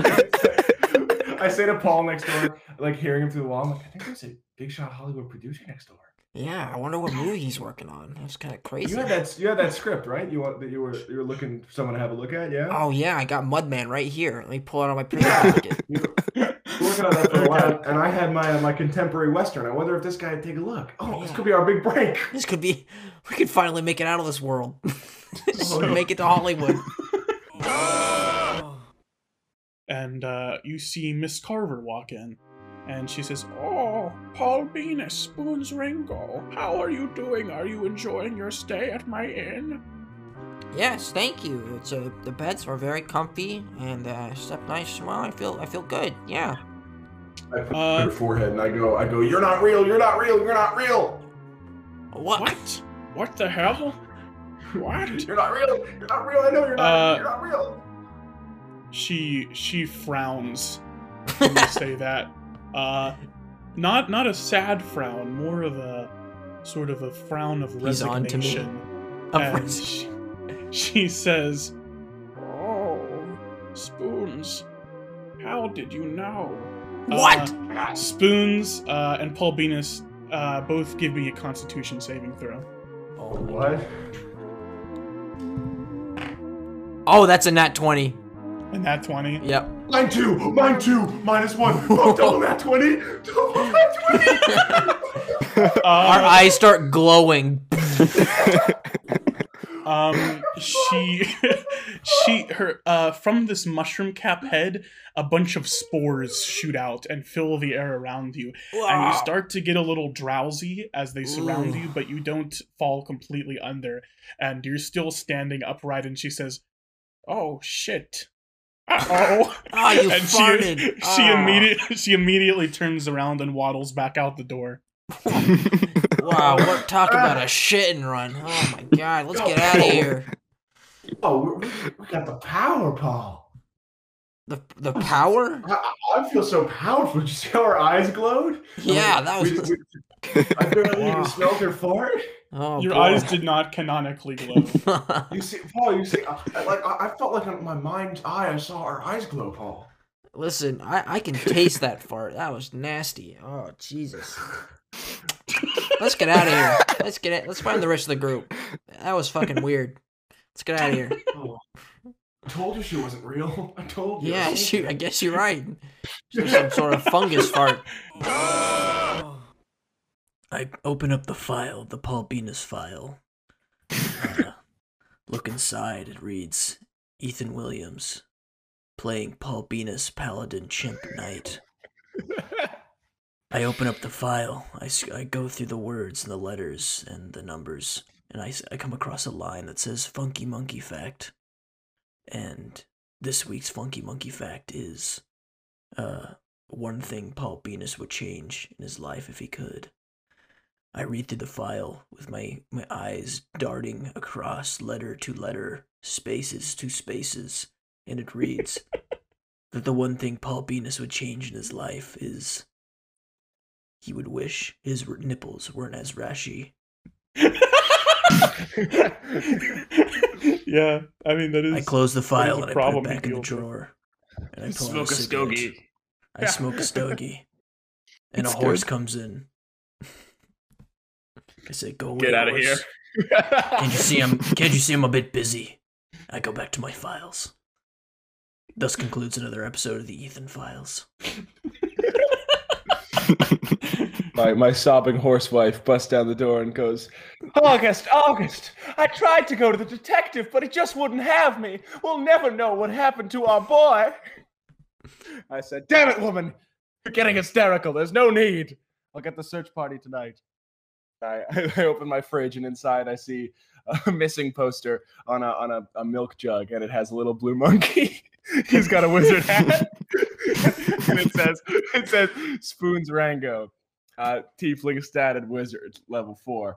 B: I say to Paul next door, like hearing him through the wall. I'm like, I think there's a big shot Hollywood producer next door.
C: Yeah, I wonder what movie he's working on. That's kind of crazy.
B: You had that. You had that script, right? You want that you were you were looking for someone to have a look at. Yeah.
C: Oh yeah, I got Mudman right here. Let me pull it out of my prison pocket.
B: We're working on that for a while, and I had my my contemporary western. I wonder if this guy would take a look. Oh, this could be our big break.
C: This could be. We could finally make it out of this world.
F: So-
C: make it to Hollywood. Ah!
F: and uh, you see Miss Carver walk in, and she says, "Oh, Paul Venus, Spoons Ringo, how are you doing? Are you enjoying your stay at my inn?"
C: Yes, thank you. It's uh, the beds are very comfy and uh, slept nice tomorrow. I feel I feel good. Yeah.
B: I put
F: Uh,
B: her forehead and I go, I go, you're not real, you're not real, you're not real,
C: What?
F: What? What the hell? What?
B: you're not real, you're not real. I know you're not,
F: Uh,
B: you're not real.
F: She she frowns when you say that. Uh, not not a sad frown, more of a sort of a frown of
C: He's on to me.
F: resignation. and she, she says, Oh, Spoons, how did you know?
C: What?
F: Uh, Spoons uh, and Paul Venus uh, both give me a constitution saving throw.
C: Oh, my-
B: What?
C: oh, that's a nat twenty.
F: And that 20.
C: Yep.
B: Mine two, mine two, minus one. Oh, double that twenty, double that twenty.
C: Our
F: Uh,
C: eyes start glowing.
F: um, she, she, her, uh, from this mushroom cap head, a bunch of spores shoot out and fill the air around you.
C: Ah,
F: and you start to get a little drowsy as they surround
C: Ooh.
F: you, but you don't fall completely under, and you're still standing upright. And she says, "Oh shit." Oh,
C: Ah, you
F: and she,
C: farted.
F: She
C: Ah.
F: immediately she immediately turns around and waddles back out the door.
C: Wow, what talk about a shit and run. Oh my god, let's get out of here.
B: Oh, we- we- we got the power, Paul.
C: The the power?
B: I, I- I feel so powerful. Did you see how our eyes glowed?
C: Yeah, that
B: We-
C: was
B: we- I barely
C: Wow.
B: even smelled her fart.
C: Oh
F: Your
C: boy.
F: eyes did not canonically glow.
B: You see, Paul. You see, I, I- like I, I felt like in my mind's eye, I saw our eyes glow, Paul.
C: Listen, I, I can taste that fart. That was nasty. Oh Jesus. Let's get out of here. Let's get it. Let's find the rest of the group. That was fucking weird. Let's get out of here.
B: Oh, I told you she wasn't real. I told you. I
C: Yeah,
B: told
C: shoot.
B: you.
C: I guess you're right. There's some sort of fungus fart. I open up the file, the Paul Venus file. Uh, look inside. It reads Ethan Williams playing Paul Venus Paladin Chimp Knight. I open up the file. I, s- I go through the words and the letters and the numbers, and I, s- I come across a line that says Funky Monkey Fact. And this week's Funky Monkey Fact is uh, one thing Paul Venus would change in his life if he could. I read through the file with my, my eyes darting across letter to letter, spaces to spaces, and it reads that the one thing Paul Venus would change in his life is he would wish his r- nipples weren't as rashy.
F: yeah, I mean that is.
C: I close the
F: a
C: file and I put it
F: problem
C: back
F: you
C: in the
F: deal with.
C: drawer. And I pull out a cigarette. I
H: Yeah.
C: smoke a stogie, and
E: It's
C: a horse
E: good.
C: comes in. I say, "Go away,
H: Get outta here."
C: horse. Can't you see I'm? Can't you see I'm a bit busy? I go back to my files. Thus concludes another episode of the Ethan Files.
B: My, my sobbing horsewife busts down the door and goes, August, August, I tried to go to the detective, but he just wouldn't have me. We'll never know what happened to our boy. I said, Damn it, woman! You're getting hysterical. There's no need. I'll get the search party tonight. I, I open my fridge, and inside I see a missing poster on a, on a, a milk jug, and it has a little blue monkey. He's got a wizard hat. and it says, it says, Spoons Rango uh, tiefling stat at wizard level four.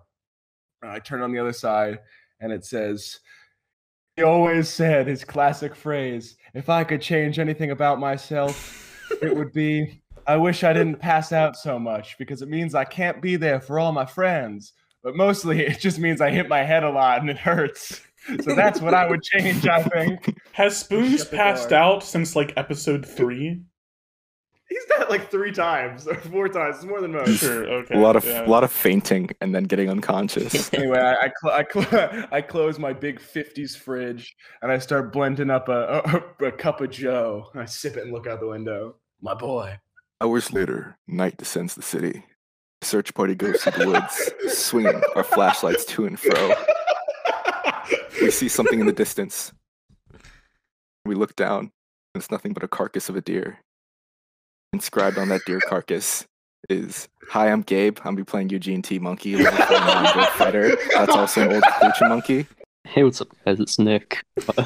B: Uh, I turn on the other side, and it says, "He always said his classic phrase: If I could change anything about myself, it would be." I wish I didn't pass out so much because it means I can't be there for all my friends. But mostly it just means I hit my head a lot and it hurts. So that's what I would change, I think.
F: Has Spoons
B: Shut the
F: passed
B: door.
F: out since like episode three?
B: He's done it like three times or four times. It's more than most.
F: Sure. Okay.
E: a lot of
F: yeah.
E: a lot of fainting and then getting unconscious.
B: anyway, I I, cl- I, cl- I close my big '50s fridge and I start blending up a, a, a cup of Joe. I sip it and look out the window. My boy.
E: Hours later, night descends the city. Search party goes through the woods, swinging our flashlights to and fro. We see something in the distance. We look down, and it's nothing but a carcass of a deer. Inscribed on that deer carcass is Hi, I'm Gabe. I'm be playing Eugene T. Monkey, level 49 Gold Fighter. That's also an old creature monkey.
G: Hey, what's up, guys? It's Nick.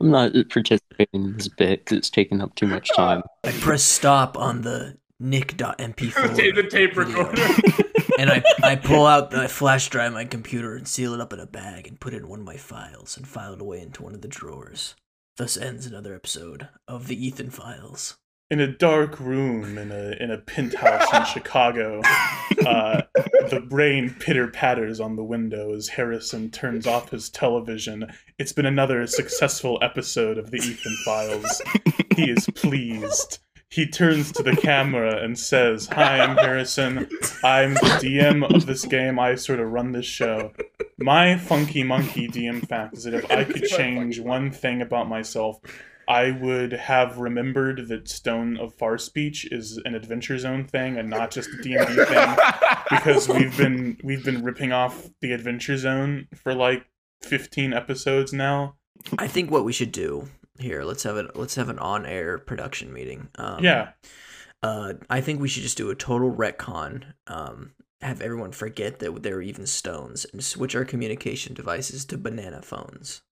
G: I'm not participating in this bit because it's taking up too much time.
C: I press stop on the nick.mp4 video, and I, I pull out the flash drive on my computer and seal it up in a bag and put it in one of my files and file it away into one of the drawers. Thus ends another episode of the Ethan Files.
F: in a dark room in a in a penthouse in Chicago. Uh, the rain pitter patters on the window as Harrison turns off his television. It's been another successful episode of the Ethan Files. He is pleased. He turns to the camera and says, "Hi, I'm Harrison. I'm the DM of this game. I sort of run this show. My funky monkey DM fact is that if I could change one thing about myself, I would have remembered that Stone of Far Speech is an Adventure Zone thing and not just a D and D thing, because we've been we've been ripping off the Adventure Zone for like fifteen episodes now.
C: I think what we should do here, let's have it let's have an on air production meeting. Um,
F: yeah,
C: Uh, I think we should just do a total retcon. Um, have everyone forget that there are even stones and switch our communication devices to banana phones.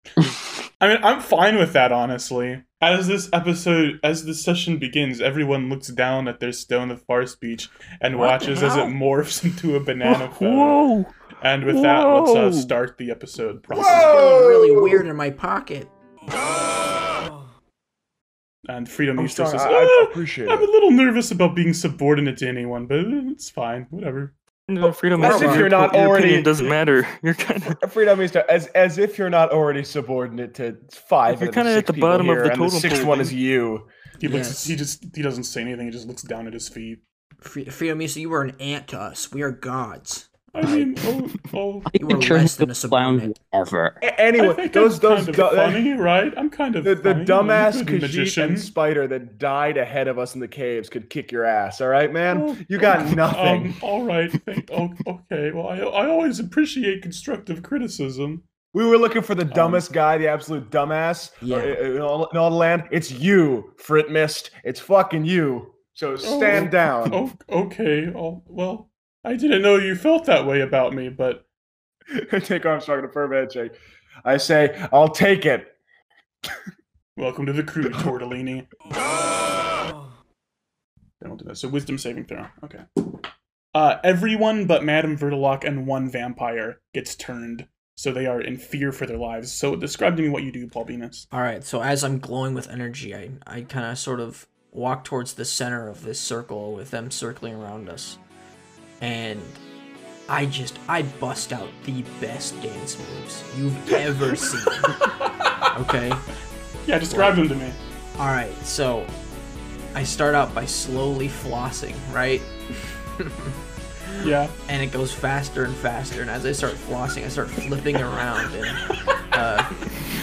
F: I mean I'm fine with that honestly. As this episode, as this session begins, everyone looks down at their Stone of Far Speech and
H: What the
F: watches as
H: hell?
F: it morphs into a banana phone. And with that, let's
H: Whoa.
F: uh, start the episode. Process.
C: Feeling really weird in my pocket.
F: And Freedom
B: I'm
F: Eustace
B: sorry.
F: says,
B: I, I
F: "Ah,
B: appreciate
F: I'm a
B: it.
F: little nervous about being subordinate to anyone, but it's fine. Whatever.
I: No, freedom
B: As
I: is
B: if
I: your
B: you're not
I: po- your
B: already-
I: opinion doesn't matter. You're kind of
B: Freedom Easter, as as if you're not already subordinate to five.
I: You're
B: out of
I: kinda
B: six
I: at the
B: people
I: bottom of
B: here,
I: the
B: and the
I: totem
B: sixth
I: pole,
B: one
I: dude.
B: is you.
F: He looks.
C: Yes.
F: He just. He doesn't say anything. He just looks down at his feet.
C: Fre- Fiomisa, you are an ant to us. We are gods.
F: I mean, oh, oh.
G: I
C: You are
G: turned
C: less than
G: the
C: a
G: clown
C: subordinate.
G: ever.
B: A-
F: I
B: Anyway,
F: think
B: those
F: I'm
B: those
F: kind of
B: du- that-
F: funny, right? I'm kind of
B: the, the
F: funny. I'm a
B: dumbass
F: good
B: Khajiit and spider that died ahead of us in the caves could kick your ass. All right, man.
F: Oh,
B: you got
F: okay.
B: nothing.
F: Um, all right. Thank, oh, okay. Well, I, I always appreciate constructive criticism.
B: We were looking for the
F: um,
B: dumbest guy, the absolute dumbass
C: Yeah.
B: uh, in, all, in all the land. It's you, Frit Mist. It's fucking you. So stand
F: Oh,
B: down.
F: Oh, okay. Oh, well, I didn't know you felt that way about me, but
B: I take Armstrong to firm handshake. I say, I'll take it.
F: Welcome to the crew, Tortellini. They don't do that. So wisdom saving throw. Okay. Uh, everyone but Madame Vertiloc and one vampire gets turned, so they are in fear for their lives. So describe to me what you do, Paul Venus.
C: All right, so as I'm glowing with energy, I, I kind of sort of walk towards the center of this circle with them circling around us. And I just, I bust out the best dance moves you've ever seen. Okay?
F: Yeah, describe them to me.
C: All right, so I start out by slowly flossing, right?
F: Yeah.
C: and it goes faster and faster. And as I start flossing, I start flipping around and uh,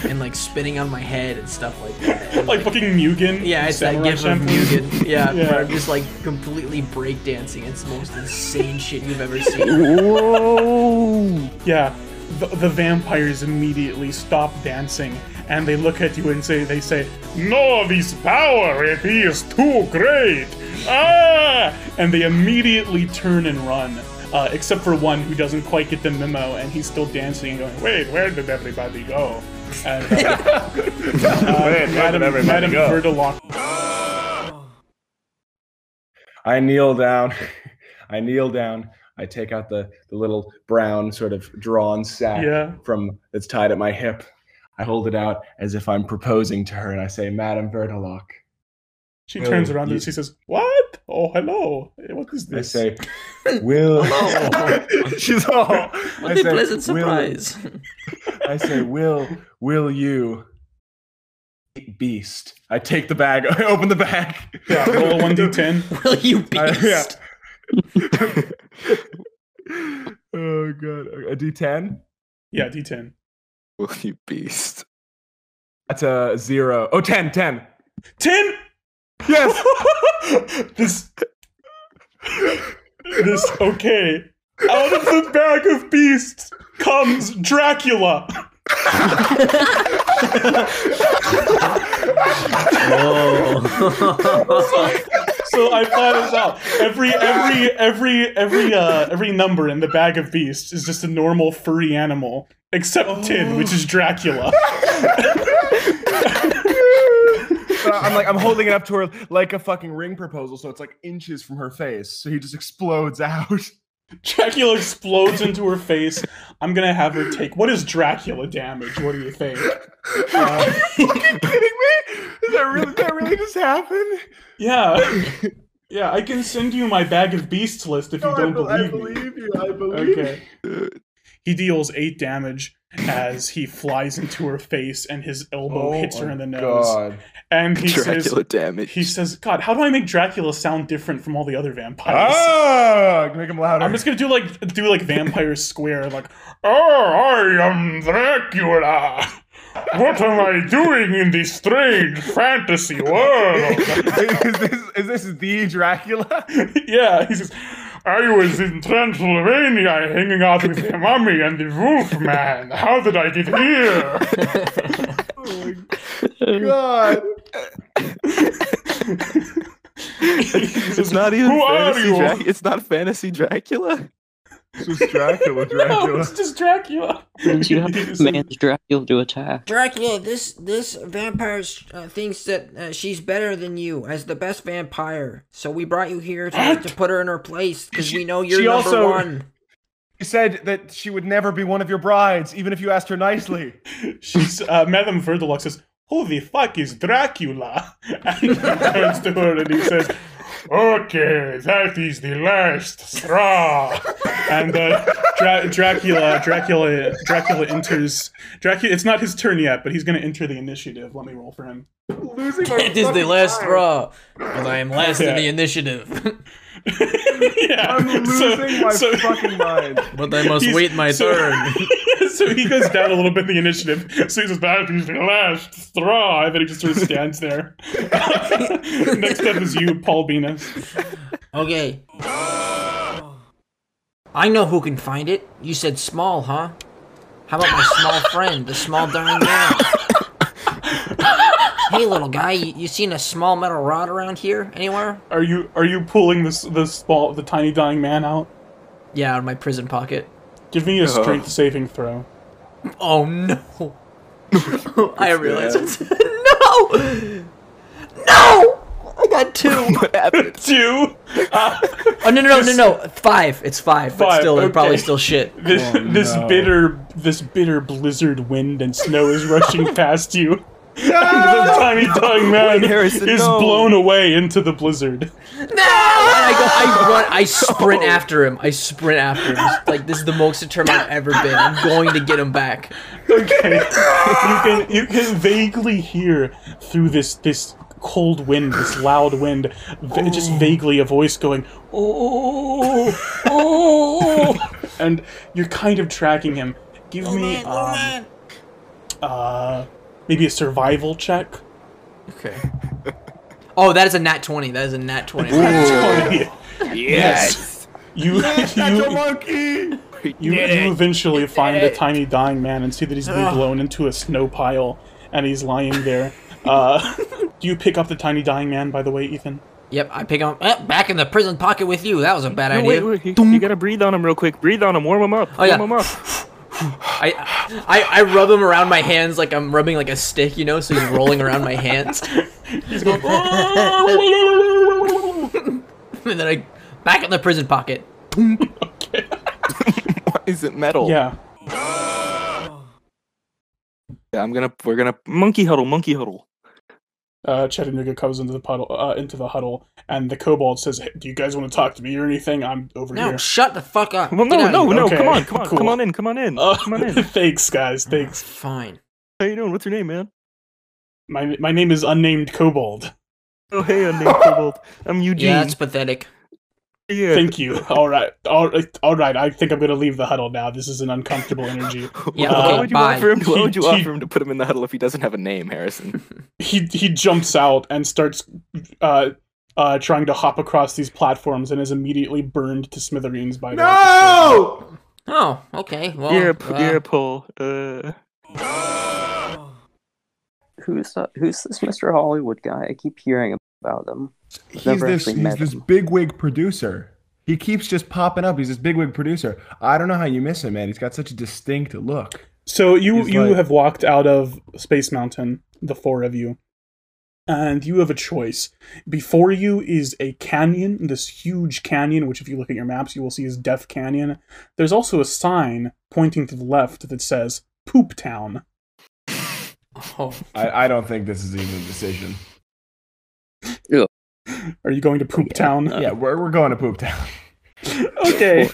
C: and like spinning on my head and stuff like that. And,
F: Like fucking Mugen.
C: yeah,
F: from
C: it's that
F: Samurai
C: gif of
F: Champloo.
C: Mugen. Yeah,
F: Yeah.
C: where I'm just like completely breakdancing. It's the most insane shit you've ever seen.
J: Whoa!
F: Yeah, the, the vampires immediately stop dancing and they look at you and say, they say, No, this power, it is too great! Ah! And they immediately turn and run. Uh, except for one who doesn't quite get the memo and he's still dancing and going, Wait, where did everybody go? And, uh,
K: Wait, where did
F: Madame-
K: everybody
F: Madame
K: go?
F: Vertiloc
B: I kneel down. I kneel down. I take out the, the little brown sort of drawn sack
F: Yeah.
B: from that's tied at my hip. I hold it out as if I'm proposing to her, and I say, "Madame Vertiloc."
F: She
B: Well,
F: turns around
B: you-
F: and she says, "What? Oh, hello. What is
B: I
F: this?"
B: say, "Will."
K: She's all.
B: I
C: What a
B: say,
C: pleasant
B: "Will-
C: surprise!
B: I say, "Will, will you?" eat Beast. I take the bag. I open the bag.
F: Yeah, roll a one d ten.
C: Will you beast?
B: I- yeah. oh god, a D10.
F: Yeah, d ten.
E: Will you beast?
B: That's a zero. Oh, 10, 10.
F: Ten.
B: Yes.
F: this. This okay. Out of the bag of beasts comes Dracula. So I thought this out. Every every every every uh every number in the bag of beasts is just a normal furry animal, except Tin, which is Dracula.
B: But I- I'm like, I'm holding it up to her like a fucking ring proposal, so it's like inches from her face. So he just explodes out. Uh,
F: Dracula explodes into her face. I'm gonna have her take. What is Dracula damage? What do you think?
B: Are you fucking kidding me? Did that really, did that really just happen?
F: Yeah, yeah. I can send you my bag of beasts list if you
B: No, I
F: don't
B: be- I,
F: believe, me.
B: believe you. I believe
F: Okay.
E: Uh,
F: He deals eight damage as he flies into her face, and his elbow hits her in the nose. And he
E: Dracula
F: says,
E: damage.
F: "He says, God, how do I make Dracula sound different from all the other vampires?"
B: Ah, make him louder.
F: I'm just gonna do like do like Vampire Square, like, oh, I am Dracula. What am I doing in this strange fantasy world?
B: is, this, is this the Dracula?
F: yeah, he says, I was in Transylvania hanging out with the mummy and the wolf man. How did I get here? Mm.
B: God.
E: it's not even
F: Who are
E: fantasy
F: you?
E: Drac- It's not fantasy Dracula.
B: This is Dracula,
F: No, it's just Dracula.
G: You have to manage Dracula to attack.
C: Dracula, this this vampire uh, thinks that uh, she's better than you as the best vampire. So we brought you here to,
F: What?
C: to put her in her place because we
F: Oh,
C: know you're
B: she
C: number
B: also-
C: one.
B: She said that she would never be one of your brides, even if you asked her nicely.
F: She's uh, Madame Verdelock says, "Who the fuck is Dracula?" And he turns to her and he says, "Okay, that is the last straw." And uh, Dra- Dracula, Dracula, Dracula enters. Dracula. It's not his turn yet, but he's going to enter the initiative. Let me roll for him.
B: Losing my
C: It is the
B: fucking
C: last
B: mind.
C: straw, but I am last in the
F: Yeah.
C: initiative.
F: yeah.
B: I'm losing my
F: so-
B: fucking mind.
C: but I must
F: He's-
C: wait my
F: so-
C: turn.
F: so he goes down a little bit in the initiative. So he says, "That is the last straw," and then he just sort of stands there. Next up is you, Paul Venus.
C: Okay. I know who can find it. You said small, huh? How about my small friend, the small dying man? hey, little guy, you, you seen a small metal rod around here anywhere?
F: Are you are you pulling this this small the tiny dying man out?
C: Yeah, out of my prison pocket.
F: Give me a strength saving throw.
C: Oh no! I realize it's no, no. got two.
E: what happened?
F: Two. Uh,
C: Oh no no no no no five. It's five. But
F: Five,
C: still, they're probably
F: okay.
C: still shit.
F: this
D: Oh,
F: this
D: no.
F: bitter this bitter blizzard wind and snow is rushing past you. and the tiny dog man
I: Wait, Harrison,
F: is
I: no.
F: blown away into the blizzard.
C: And I go, I run, I sprint after him. I sprint after him. Just, like this is the most determined I've ever been. I'm going to get him back.
F: Okay. you can you can vaguely hear through this this cold wind, this loud wind, v- just vaguely a voice going, "Oh, oh," and you're kind of tracking him. Give me um, uh, maybe a survival check.
C: Okay. Oh, that is a nat twenty. That is a nat twenty.
F: yes. You you,
H: monkey.
F: you, you eventually find a tiny dying man and see that he's been blown into a snow pile and he's lying there. Uh, do you pick up the tiny dying man, by the way, Ethan?
C: Yep, I pick him eh, back in the prison pocket with you. That was a bad
I: No,
C: idea.
I: wait, wait, you, you gotta breathe on him real quick. Breathe on him. Warm him up.
C: Oh, yeah.
I: Warm him up.
C: I, I I rub him around my hands like I'm rubbing like a stick, you know, so he's rolling around my hands. and then I back in the prison pocket.
E: Why is it metal?
F: Yeah.
E: Yeah, I'm gonna. We're gonna monkey huddle. Monkey huddle.
F: Uh, Chattanooga comes into the puddle, uh, into the huddle, and the kobold says, hey, "Do you guys want to talk to me or anything? I'm over
C: No,
F: here."
C: shut the fuck up.
I: Well,
C: Get
I: no,
C: outta
I: no,
C: here. Oh.
I: no.
F: Okay,
I: Come on, come on,
F: cool.
I: come on in, come on in,
F: Uh,
I: come on in.
F: thanks, guys. Thanks.
C: Fine.
I: How you doing? What's your name, man?
F: My my name is unnamed kobold.
I: Oh, hey, unnamed kobold. I'm Eugene.
C: Yeah, that's pathetic.
I: Yeah.
F: Thank you. All right. All right. All right. I think I'm gonna leave the huddle now. This is an uncomfortable energy.
C: Yeah,
E: Why
F: okay,
E: would you
C: bye.
E: offer him? Why would you
F: He- he-
E: offer him to put him in the huddle if he doesn't have a name, Harrison?
F: He he jumps out and starts uh uh trying to hop across these platforms and is immediately burned to smithereens by the
H: No.
C: Oh, okay. Well,
I: yeah, p-
C: uh,
I: yeah, Paul. Uh,
G: Who's that, who's this Mr. Hollywood guy? I keep hearing about him.
B: He's
G: never
B: this
G: actually
B: he's
G: met
B: this
G: him.
B: bigwig producer. He keeps just popping up. He's this bigwig producer. I don't know how you miss him, man. He's got such a distinct look.
F: So you
B: He's
F: you
B: like-
F: have walked out of Space Mountain, the four of you, and you have a choice. Before you is a canyon, this huge canyon, which if you look at your maps you will see is Death Canyon. There's also a sign pointing to the left that says Poop Town.
C: oh,
B: I, I don't think this is even a decision.
F: Are you going to Poop Town?
B: yeah, Uh, we're, we're going to Poop Town.
F: okay.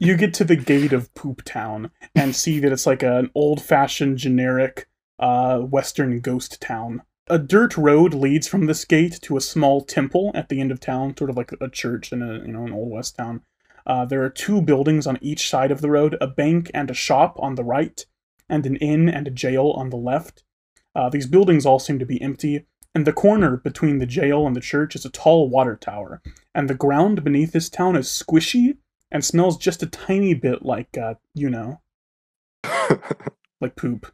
F: you get to the gate of Poop Town and see that it's like an old fashioned generic uh, Western ghost town. A dirt road leads from this gate to a small temple at the end of town, sort of like a church in a you know an old west town. Uh, there are two buildings on each side of the road: a bank and a shop on the right, and an inn and a jail on the left. Uh, these buildings all seem to be empty. and the corner between the jail and the church is a tall water tower and the ground beneath this town is squishy and smells just a tiny bit like uh, you know, like poop.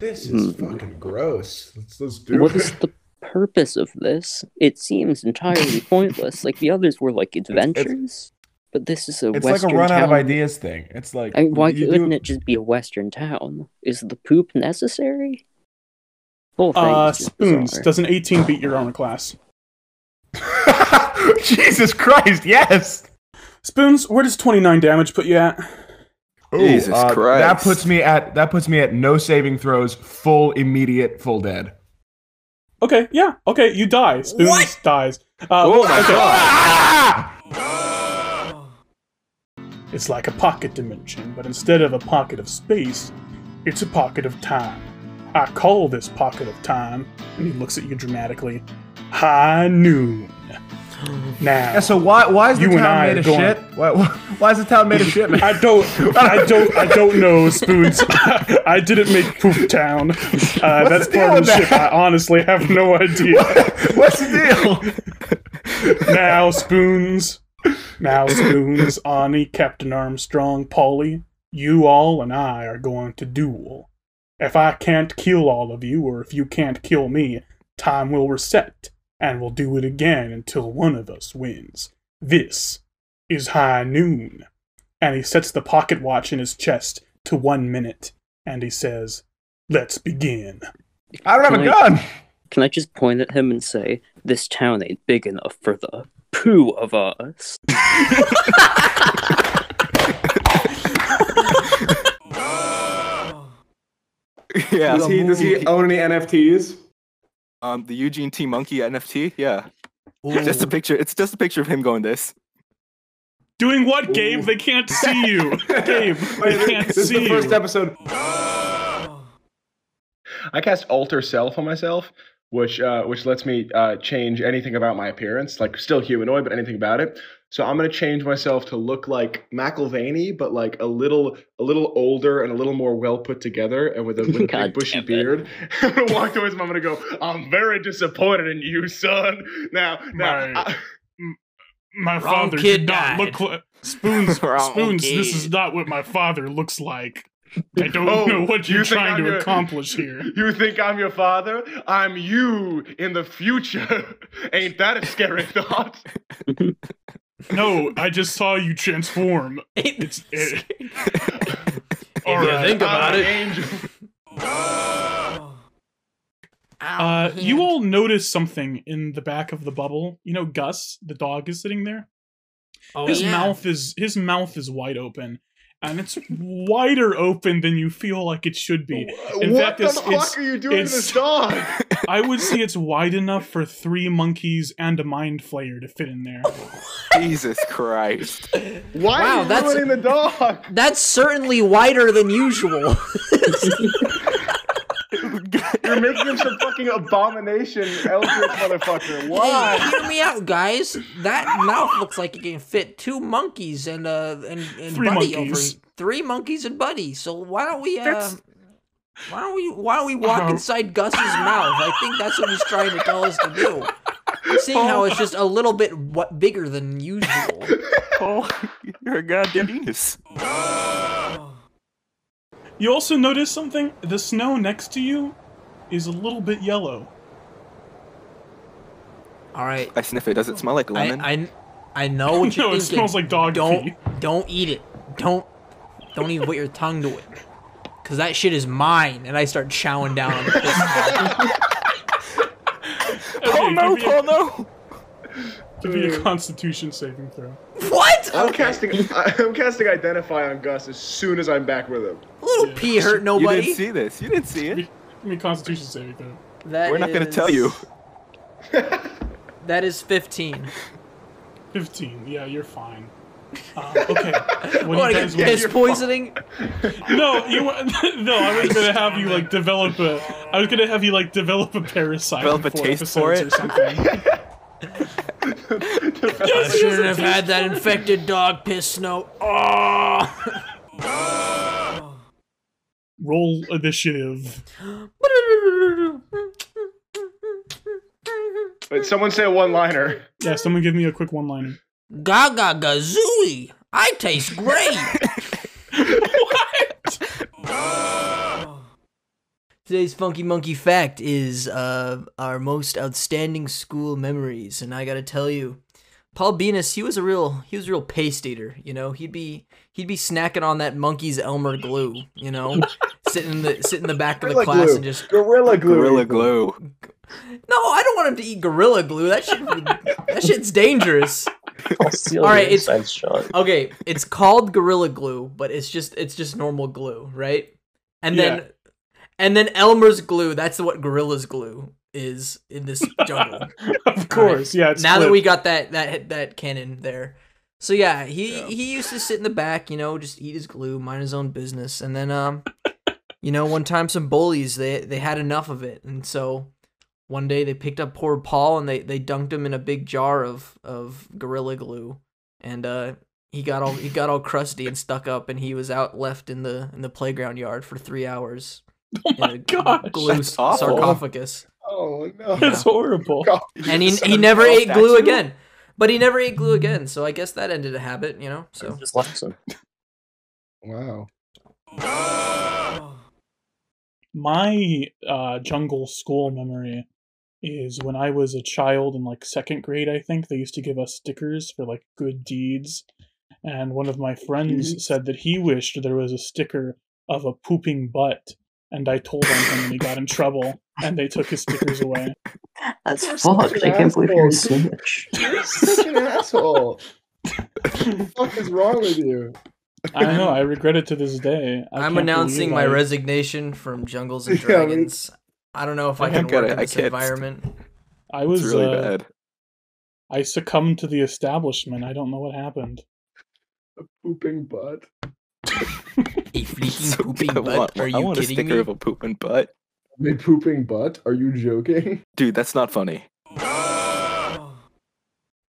B: This
G: is
B: fucking gross. Let's, let's do
G: Hmm. What is the purpose of this? It seems entirely pointless. Like the others were like adventures, but this is a
B: It's
G: western
B: like a run out
G: town.
B: of ideas thing. It's like
G: I mean, why
B: you
G: couldn't
B: do-
G: it just be a western town? Is the poop necessary? Whole thing
F: Uh,
G: is just
F: spoons.
G: bizarre.
F: Does an 18 beat your armor class?
B: Jesus Christ, yes.
F: Spoons, where does 29 damage put you at?
E: Jesus Christ.
B: uh, That puts me at that puts me at no saving throws, full immediate, full dead.
F: Okay, yeah, okay, you die. Spoons dies. Uh,
E: Oh my
F: okay.
E: God.
F: It's like a pocket dimension, but instead of a pocket of space, it's a pocket of time. I call this pocket of time, and he looks at you dramatically. High noon. Now.
B: Yeah, so why why is the
F: You and
B: town
F: I
B: made
F: are
B: of
F: going-
B: shit? Why, why, why is the town made of shit, man?
F: I don't, I don't, I don't know, Spoons. I didn't make Poop Town. Uh, that's
B: What's the
F: part of the
B: deal with
F: ship. I honestly have no idea.
B: What's the deal?
F: now, Spoons. Now, Spoons, Ani, Captain Armstrong, Polly, you all and I are going to duel. If I can't kill all of you, or if you can't kill me, time will reset, and we'll do it again until one of us wins. This is high noon. And he sets the pocket watch in his chest to one minute, and he says, Let's begin.
B: I don't have
G: Can
B: a
G: I-
B: gun.
G: Can I just point at him and say, "This town ain't big enough for the poo of us."
E: yeah.
D: Does he, does he own any NFTs?
E: Um, the Eugene T Monkey NFT. Yeah. Just a picture. It's just a picture of him going this.
F: Doing what, Gabe? They can't see you. Gabe, they can't
D: this is
F: see
D: the first
F: you.
D: episode.
B: I cast alter self on myself, which uh, which lets me uh, change anything about my appearance, like still humanoid, but anything about it. So I'm gonna change myself to look like McIlvaney, but like a little a little older and a little more well put together, and with a, with a
G: God
B: big bushy
G: damn it.
B: beard. I'm gonna walk towards him. I'm gonna go. I'm very disappointed in you, son. Now, now.
F: Right.
B: I-
F: My
C: Wrong
F: father
C: kid
F: did
C: died.
F: not look like spoons.
E: Wrong
F: spoons. This is
E: kid.
F: not what my father looks like. I don't
B: Oh,
F: know what
B: you
F: you're
B: think
F: trying
B: I'm
F: to
B: your-
F: accomplish here.
B: You think I'm your father? I'm you in the future. Ain't that a scary thought?
F: No, I just saw you transform. It's it, all
C: you
F: right.
C: think about
B: I'm
C: it.
B: an angel.
F: Uh, you all notice something in the back of the bubble. You know, Gus, the dog, is sitting there.
C: Oh,
F: his
C: yeah.
F: mouth is his mouth is wide open, and it's wider open than you feel like it should be. In
B: what
F: fact,
B: the
F: it's-
B: fuck
F: it's-
B: are you doing to
F: it's-
B: this dog?
F: I would say it's wide enough for three monkeys and a mind flayer to fit in there.
C: Oh,
E: Jesus Christ.
B: Why
C: Wow,
B: are you
C: that's-
B: ruining the dog?
C: That's certainly wider than usual.
B: You're making him some fucking abomination, eldritch motherfucker.
C: Hey,
B: Why?
C: hear me out, guys. That mouth looks like it can fit two monkeys and uh and, and
F: Three
C: Buddy
F: monkeys.
C: over three monkeys and Buddy. So why don't we uh
F: That's-
C: why don't we why don't we walk
F: Uh-huh.
C: inside Gus's mouth? I think that's what he's trying to tell us to do. Seeing how it's just a little bit what bigger than usual.
L: Paul, you're a goddamn genius.
F: You also notice something. The snow next to you is a little bit yellow.
C: All right,
E: I sniff it. Does it smell like lemon?
C: I, I I know what you're
F: No, it
C: thinking.
F: smells like dog
C: Don't
F: pee.
C: don't eat it. Don't don't even put your tongue to it. Cause that shit is mine, and I start chowing down on the piss.
F: Okay,
L: Oh no,
F: give, me
L: Paul,
F: a,
L: no!
F: give me a Constitution saving throw.
C: What?
B: I'm casting I'm casting identify on Gus as soon as I'm back with him.
C: Little pee hurt
E: you
C: nobody.
E: didn't see this. You didn't see it.
F: Give me a Constitution saving throw.
C: That
E: We're not gonna tell
C: is-
E: you.
C: That is 15.
F: 15. Yeah, you're fine. Um, okay. What do
C: What,
F: you
C: I
F: guys
C: get
F: want
C: piss poisoning?
F: No, you wa- no. I was gonna have you like develop a. I was gonna have you like develop a parasite. in
E: Develop a
F: four
E: taste for
F: episodes Or something.
C: I shouldn't have had that infected dog piss snow. Oh.
F: Roll initiative.
B: But someone say a one-liner.
F: Yeah, someone give me a quick one-liner.
C: Gaga gazooey. I taste great. Today's funky monkey fact is uh, our most outstanding school memories, and I gotta tell you, Paul Venus, he was a real he was a real paste eater. You know, he'd be he'd be snacking on that monkey's Elmer glue. You know, sitting in the sit in the back of the class and just
B: Gorilla glue.
E: Gorilla glue.
C: no, I don't want him to eat gorilla glue. That shit that shit's dangerous. All right, it's okay. It's called gorilla glue, but it's just it's just normal glue, right? And
F: Yeah.
C: then and then Elmer's glue. That's what gorilla's glue is in this jungle.
F: Of course, yeah. It's
C: now that
F: flipped.
C: we got that that that cannon there. So yeah, he he used to sit in the back, you know, just eat his glue, mind his own business, and then um, you know, one time some bullies they they had enough of it, and so one day they picked up poor Paul and they they dunked him in a big jar of of gorilla glue, and uh, he got all he got all crusty and stuck up, and he was out left in the in the playground yard for three hours. Oh my
F: gosh.
C: glue
E: That's awful.
C: sarcophagus
B: Oh no.
F: That's horrible.
C: and he,
E: Son
C: he
E: of
C: never
E: a
C: ate glue
E: statue?
C: again. But he never ate glue again, so I guess that ended a habit, you know. So
G: Just like so.
B: Wow.
F: My uh, jungle school memory is when I was a child in like second grade. I think they used to give us stickers for like good deeds, and one of my friends said that he wished there was a sticker of a pooping butt and I told on him and he got in trouble and they took his stickers away.
G: That's
M: You're
G: fucked.
M: such
G: I
M: an
G: can't believe you're
M: asshole.
G: snitch.
M: You're such an asshole. What the fuck is wrong with you?
F: I know. I regret it to this day. I
C: I'm
F: can't
C: announcing
F: believe
C: my
F: I-
C: resignation from Jungles and
M: Yeah, I mean-
C: Dragons. I don't know if I
E: I
C: can
E: gotta-
C: work in
E: I
C: this
E: can't-
C: environment.
F: I
E: It's
F: was
E: really
F: uh,
E: bad.
F: I succumbed to the establishment. I don't know what happened.
M: Pooping butt.
C: A fleeking
E: So-
C: pooping
E: I
C: butt?
E: want,
C: Are
E: I
C: you
E: want a
C: kidding
E: sticker
C: me?
E: of a pooping butt.
M: A pooping butt? Are you joking?
E: Dude, that's not funny.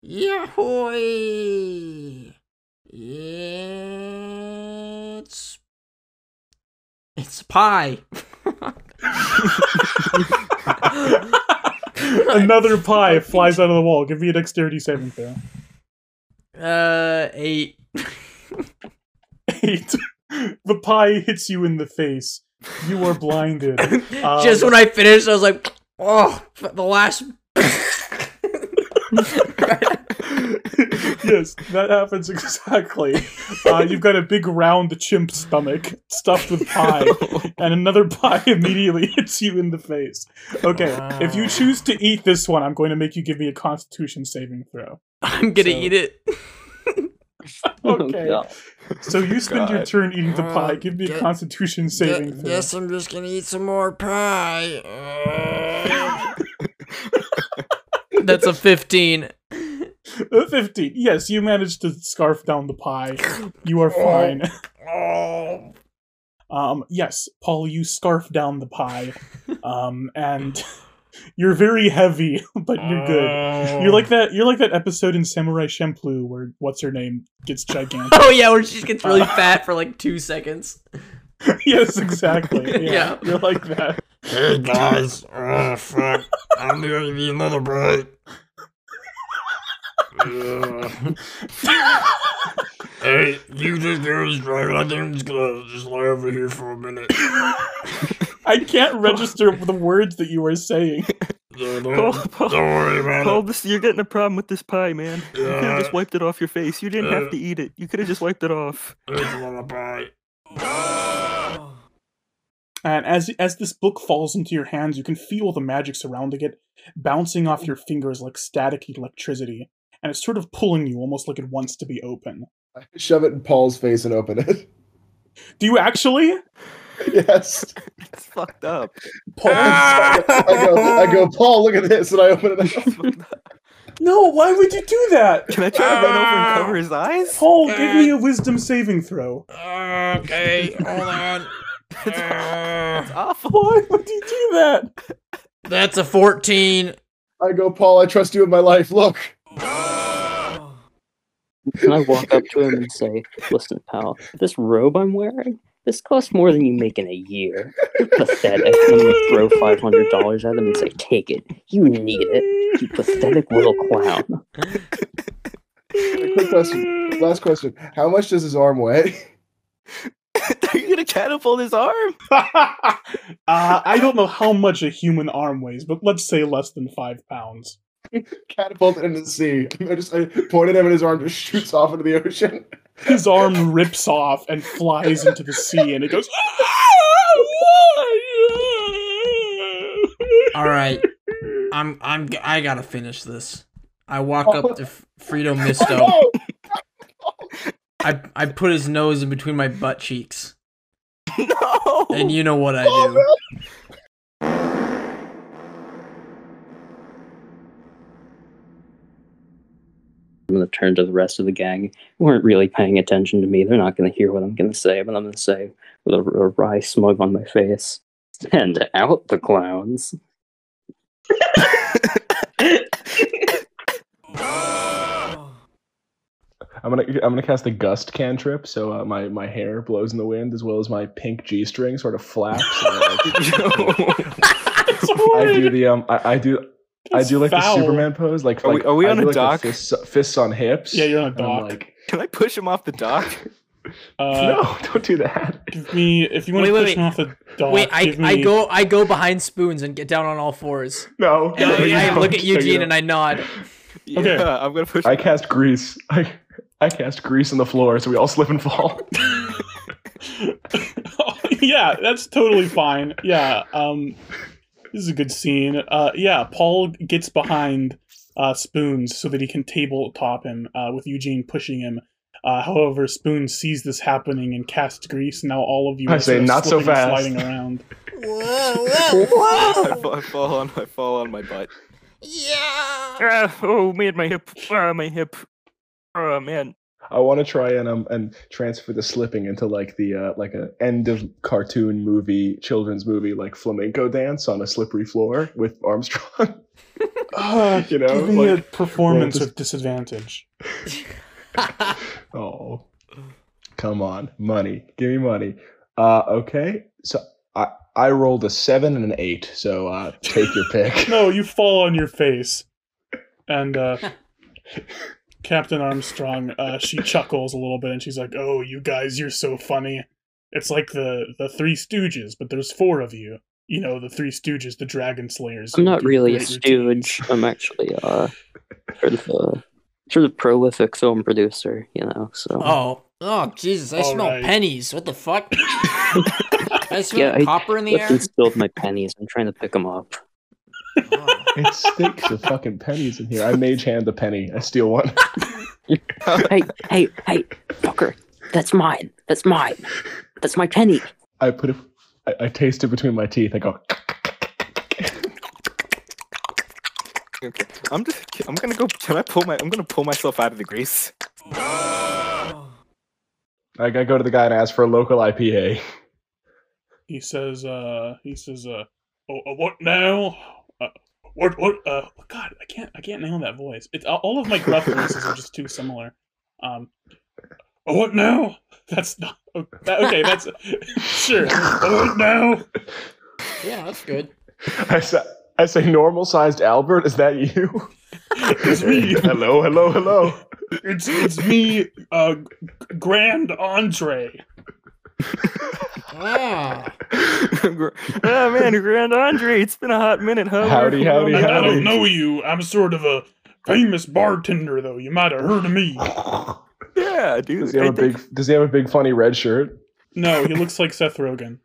C: Yeah, hoy. It's it's pie.
F: Another pie flies out of the wall. Give me a dexterity saving throw.
C: Uh, eight.
F: Eight. the pie hits you in the face. You are blinded. Uh,
C: Just when I finished, I was like, oh, the last.
F: yes, that happens exactly. Uh, you've got a big round chimp stomach stuffed with pie, and another pie immediately hits you in the face. Okay, if you
C: Wow.
F: choose to eat this one, I'm going to make you give me a Constitution saving throw.
C: I'm gonna
F: So-
C: eat it.
F: Okay,
G: God.
F: so you spend your
E: God.
F: turn eating the
C: Uh,
F: pie. Give me a
C: gu-
F: Constitution saving throw.
C: I'm just gonna eat some more pie. That's a fifteen.
F: Uh, Fifteen. Yes, you managed to scarf down the pie. You are fine.
C: Oh.
F: Um, yes, Paul, you scarf down the pie, um, and you're very heavy, but you're good. You're like that. You're like that episode in Samurai Champloo where what's her name gets gigantic.
C: Oh yeah, where she just gets really fat for like two seconds.
F: yes, exactly. Yeah,
C: Yeah.
F: you're like that.
C: Hey guys, oh fuck, I'm gonna be another break. hey, you just do this break. I think I'm just gonna just lie over here for a minute.
F: I can't register the words that you are saying.
I: Paul, Paul,
A: worry
I: Paul, this, you're getting a problem with this pie, man. You could have
A: Yeah.
I: just wiped it off your face. You didn't have to eat it. You could have just wiped it off.
A: It's a lullaby.
F: And as as this book falls into your hands, you can feel the magic surrounding it, bouncing off your fingers like static electricity, and it's sort of pulling you, almost like it wants to be open.
M: I shove it in Paul's face and open it.
F: Do you actually?
M: yes.
I: It's fucked up.
M: Paul,
F: Ah!
M: I, go, I go, Paul, look at this. And I open it up.
F: No, why would you do that?
I: Can I try to run over and cover his eyes?
F: Paul, give me a wisdom saving throw.
A: Okay, hold on.
I: It's awful.
F: Why would you do that?
C: That's a fourteen.
M: I go, Paul, I trust you with my life. Look.
G: Can I walk up to him and say, "Listen, pal, this robe I'm wearing, this costs more than you make in a year. You're pathetic." And I'm gonna throw five hundred dollars at him and say, "Take it. You need it. You pathetic little clown."
M: Quick question. Last question. How much does his arm weigh?
I: Are you gonna catapult his arm?
F: uh, I don't know how much a human arm weighs, but let's say less than five pounds.
M: Catapulted into the sea. I just I point at him and his arm just shoots off into the ocean.
F: His arm rips off and flies into the sea, and it goes. "Ah,
C: All right, I'm I'm g- I gotta finish this. I walk up to F- Frito Misto.
M: Oh,
C: I I put his nose in between my butt cheeks,
I: No.
C: and you know what I do.
G: I'm gonna turn to the rest of the gang who aren't really paying attention to me. They're not gonna hear what I'm gonna say, but I'm gonna say with a, a wry smug on my face, "Send out the clowns."
D: I'm gonna I'm gonna cast a gust cantrip, so uh, my my hair blows in the wind as well as my pink G string sort of flaps. and, like,
F: It's
D: I
F: horrid.
D: do the um I, I do I
F: It's
D: do like
F: foul.
D: the Superman pose, like
E: Are we-
D: like,
E: are we
D: I
E: on
D: do,
E: a
D: like, the
E: dock?
D: Fists, fists on hips.
F: Yeah, you're on a
D: and I'm
F: dock.
D: like,
E: Can I push him off the dock?
F: Uh,
D: no, don't do that.
F: Give me if you want
C: Wait,
F: to
C: wait,
F: push
C: wait.
F: him off the dock.
C: Wait, I,
F: Uh, give me,
C: I go I go behind spoons and get down on all fours.
D: No,
C: And
D: no, you
C: I, I
D: don't.
C: look at
D: No, you
C: Eugene
D: don't.
C: and I nod.
F: Okay.
E: Yeah, I'm gonna push.
D: I cast grease. I I cast grease on the floor, so we all slip and fall.
F: yeah, that's totally fine. Yeah, um, this is a good scene. Uh, yeah, Paul gets behind uh, Spoons so that he can tabletop him uh, with Eugene pushing him. Uh, however, Spoon sees this happening and casts grease. Now all of you
H: I
F: are
H: say,
F: sort of
H: "Not so
F: slipping and
H: fast."
F: sliding around.
C: Whoa, whoa,
E: I, fall, I fall on I fall on my butt.
I: Ah, oh man, my hip. Ah, my hip. Oh man.
B: I want to try and um and transfer the slipping into like the uh like a end of cartoon movie, children's movie, like flamenco dance on a slippery floor with Armstrong.
F: Uh,
B: You know,
F: give me
B: like-
F: a performance
B: well, just-
F: with disadvantage.
B: oh, come on, money, give me money. Uh, okay, so I I rolled a seven and an eight, so uh, take your pick.
F: No, you fall on your face, and uh, Captain Armstrong. Uh, she chuckles a little bit, and she's like, "Oh, you guys, you're so funny. It's like the the Three Stooges, but there's four of you. You know, the Three Stooges, the Dragon Slayers.
G: I'm
F: who
G: not
F: do
G: really a
F: great routines."
G: stooge. I'm actually uh, sort of a sort of prolific film producer, you know. So
C: Oh, oh, Jesus! I
F: All
C: smell
F: right.
C: pennies. What the fuck? I smell
G: Yeah, I-
C: copper in the air.
G: Listen spilled my pennies. I'm trying to pick them up.
C: Oh.
B: It stinks of fucking pennies in here. I mage hand the penny. I steal one.
G: hey, hey, hey, fucker! That's mine. That's mine. That's my penny.
B: I put it. I, I taste it between my teeth. I go.
E: Okay. I'm just I'm gonna go can I pull my I'm gonna pull myself out of the grease.
B: I, I go to the guy and ask for a local IPA.
F: He says, "Uh, he says, uh, oh, uh, what now? Uh, what, what? Uh, God, I can't, I can't nail that voice. It's all- all of my gruff voices are just too similar. Um, oh, what now? That's not oh, that, okay. That's sure. Oh, what now?
C: yeah, that's good.
B: I say, I say normal sized Albert, is that you?
F: It's me.
B: hello, hello, hello.
F: It's it's me. Uh, G- Grand Andre.
C: Ah,
I: Ah man, Grand Andre. It's been a hot minute, huh?
B: Howdy,
I: Where are you
B: howdy,
I: from?
F: I, I
B: howdy.
F: don't know you. I'm sort of a famous bartender, though. You might have heard of me.
E: Yeah, dude.
B: Does he
I: I
B: have a
I: think-
B: big does he have a big funny red shirt?
F: No, he looks like Seth Rogen.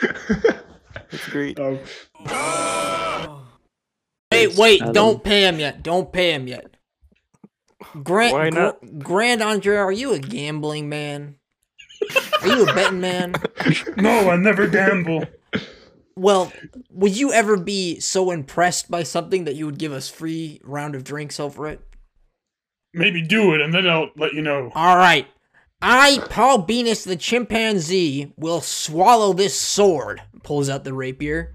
I: That's great.
B: Um,
C: wait, wait!
G: Adam.
C: Don't pay him yet. Don't pay him yet. Grant,
I: Why not?
C: Gr- Grand Andre, are you a gambling man? Are you a betting man?
F: No, I never gamble.
C: Well, would you ever be so impressed by something that you would give us free round of drinks over it?
F: Maybe do it, and then I'll let you know.
C: All right. I, Paul Venus the chimpanzee, will swallow this sword. Pulls out the rapier.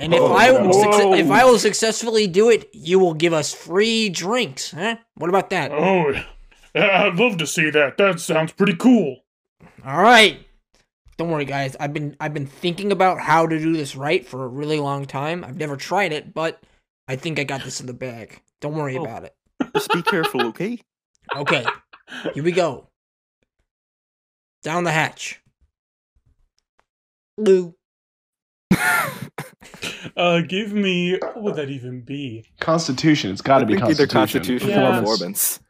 C: And if I will succe- if I will successfully do it, you will give us free drinks, huh? What about that?
F: Oh, I- I'd love to see that. That sounds pretty cool.
C: All right. Don't worry, guys. I've been I've been thinking about how to do this right for a really long time. I've never tried it, but I think I got this in the bag. Don't worry
I: Oh.
C: about it.
I: Just be careful, okay?
C: Okay. Here we go. Down the hatch. Lou.
F: Uh, give me what would that even be?
B: Constitution. It's got to
E: I
B: be
E: think either
B: Constitution.
E: constitution or
F: Yeah.
E: performance.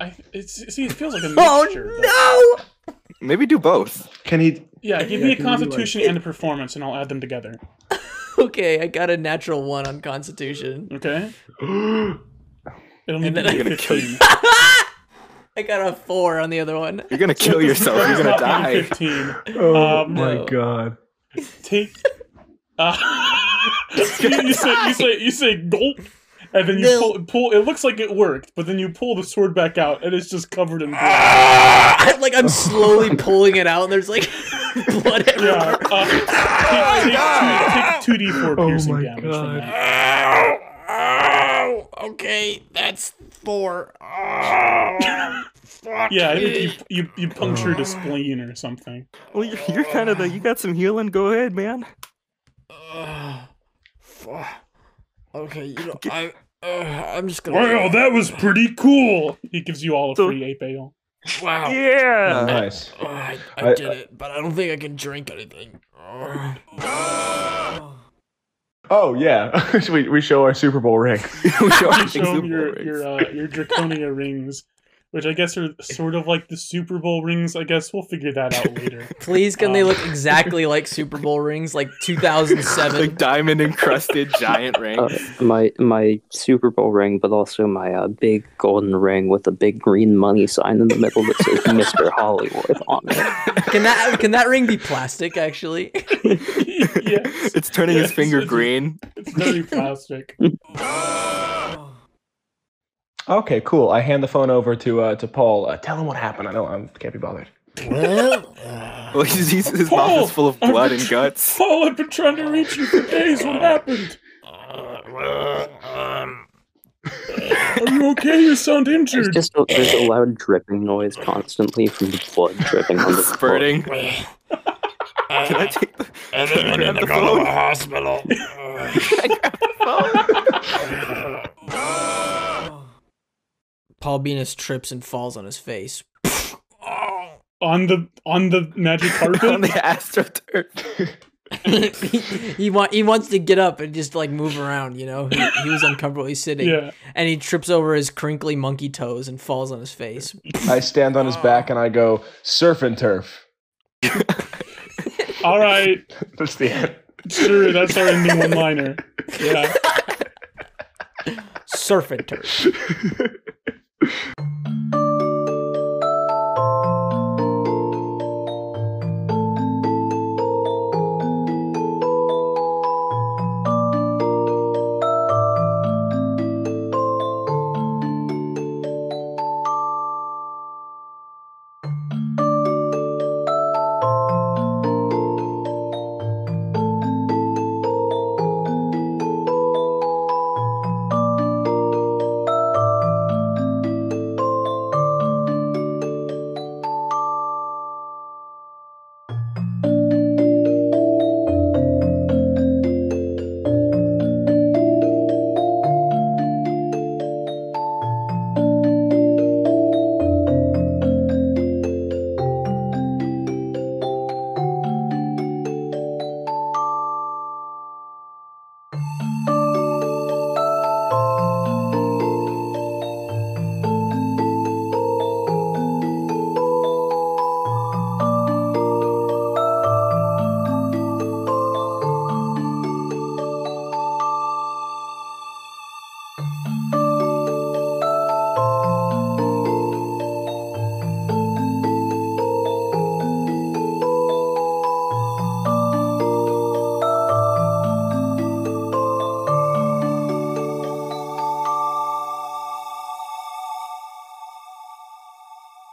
F: I it's see, it feels like a mixture. though.
C: Oh no!
E: Maybe do both.
B: Can he?
F: Yeah, give me a constitution and a performance, and I'll add them together.
C: Okay, I got a natural one on Constitution.
F: Okay. It'll
C: And
F: need to
C: then
F: be
C: I'm
E: gonna kill you.
F: fifteen.
C: I got a four on the other one.
E: You're gonna kill yourself.
F: It's
E: You're
F: not
E: gonna
F: gonna be
E: die.
F: Fifteen.
B: Oh
F: Um,
B: my
C: no.
B: god.
F: Take. Uh, you, you say you say you say gulp, and then you
C: No.
F: pull pull. It looks like it worked, but then you pull the sword back out, and it's just covered in blood.
C: Ah!
F: Ah.
C: like I'm slowly pulling it out, and there's like blood
F: Yeah.
C: everywhere.
F: Uh, take, take, two, take 2d4
B: Oh
F: piercing
B: my
F: damage from
B: God.
F: that.
C: Ow, ow, okay, that's four. Ow, fuck
F: Yeah, I
C: me.
F: think you, you, you punctured
B: Oh.
F: a spleen or something.
I: Well, you're, you're kind of the. You got some healing. Go ahead, man.
C: Ugh, fuck. Okay, you know I. Uh, I'm just gonna.
F: Wow, that was pretty cool. He gives you all a
I: So-
F: free ape ale.
C: Wow.
I: Yeah.
B: nice.
C: Ugh, Oh, I, I,
B: I-
C: did it, but I don't think I can drink anything. Ugh.
B: Oh yeah. we we show our Super Bowl ring.
E: We show our
F: You show
E: exuberant
F: him your your
E: race.
F: uh, your draconia rings, which I guess are sort of like the Super Bowl rings. I guess we'll figure that out later.
C: Please, can they
F: Um,
C: look exactly like Super Bowl rings, like 2007?
E: like diamond encrusted giant
G: Uh,
E: rings.
G: my my Super Bowl ring, but also my uh, big golden ring with a big green money sign in the middle that says Mr. Hollywood on it.
C: Can that can that ring be plastic? Actually,
F: yes,
E: It's turning his
F: Yes,
E: finger
F: it's-
E: green.
F: it's very plastic.
N: Okay, cool. I hand the phone over to uh, to Paul. Uh, tell him what happened. I know I can't be bothered.
C: well,
E: Well, he's, he's, his mouth is full of blood and guts.
F: Paul, I've been trying to reach you for days. What happened? Are you okay? You sound
G: There's
F: injured.
G: just a, there's a loud dripping noise constantly from the blood dripping on the floor.
E: Spurting. Can I take the, can I grab the phone?
A: hospital.
C: Paul Venus trips and falls on his face.
F: On the on the magic
E: on the
F: carpet.
E: astroturf.
C: he, he want he wants to get up and just like move around. You know, he, he was uncomfortable. He's sitting,
F: yeah.
C: and he trips over his crinkly monkey toes and falls on his face.
N: I stand on his back and I go surf and turf.
F: All right.
N: That's the end.
F: Sure. That's our ending one liner. Yeah.
C: Surf and turf.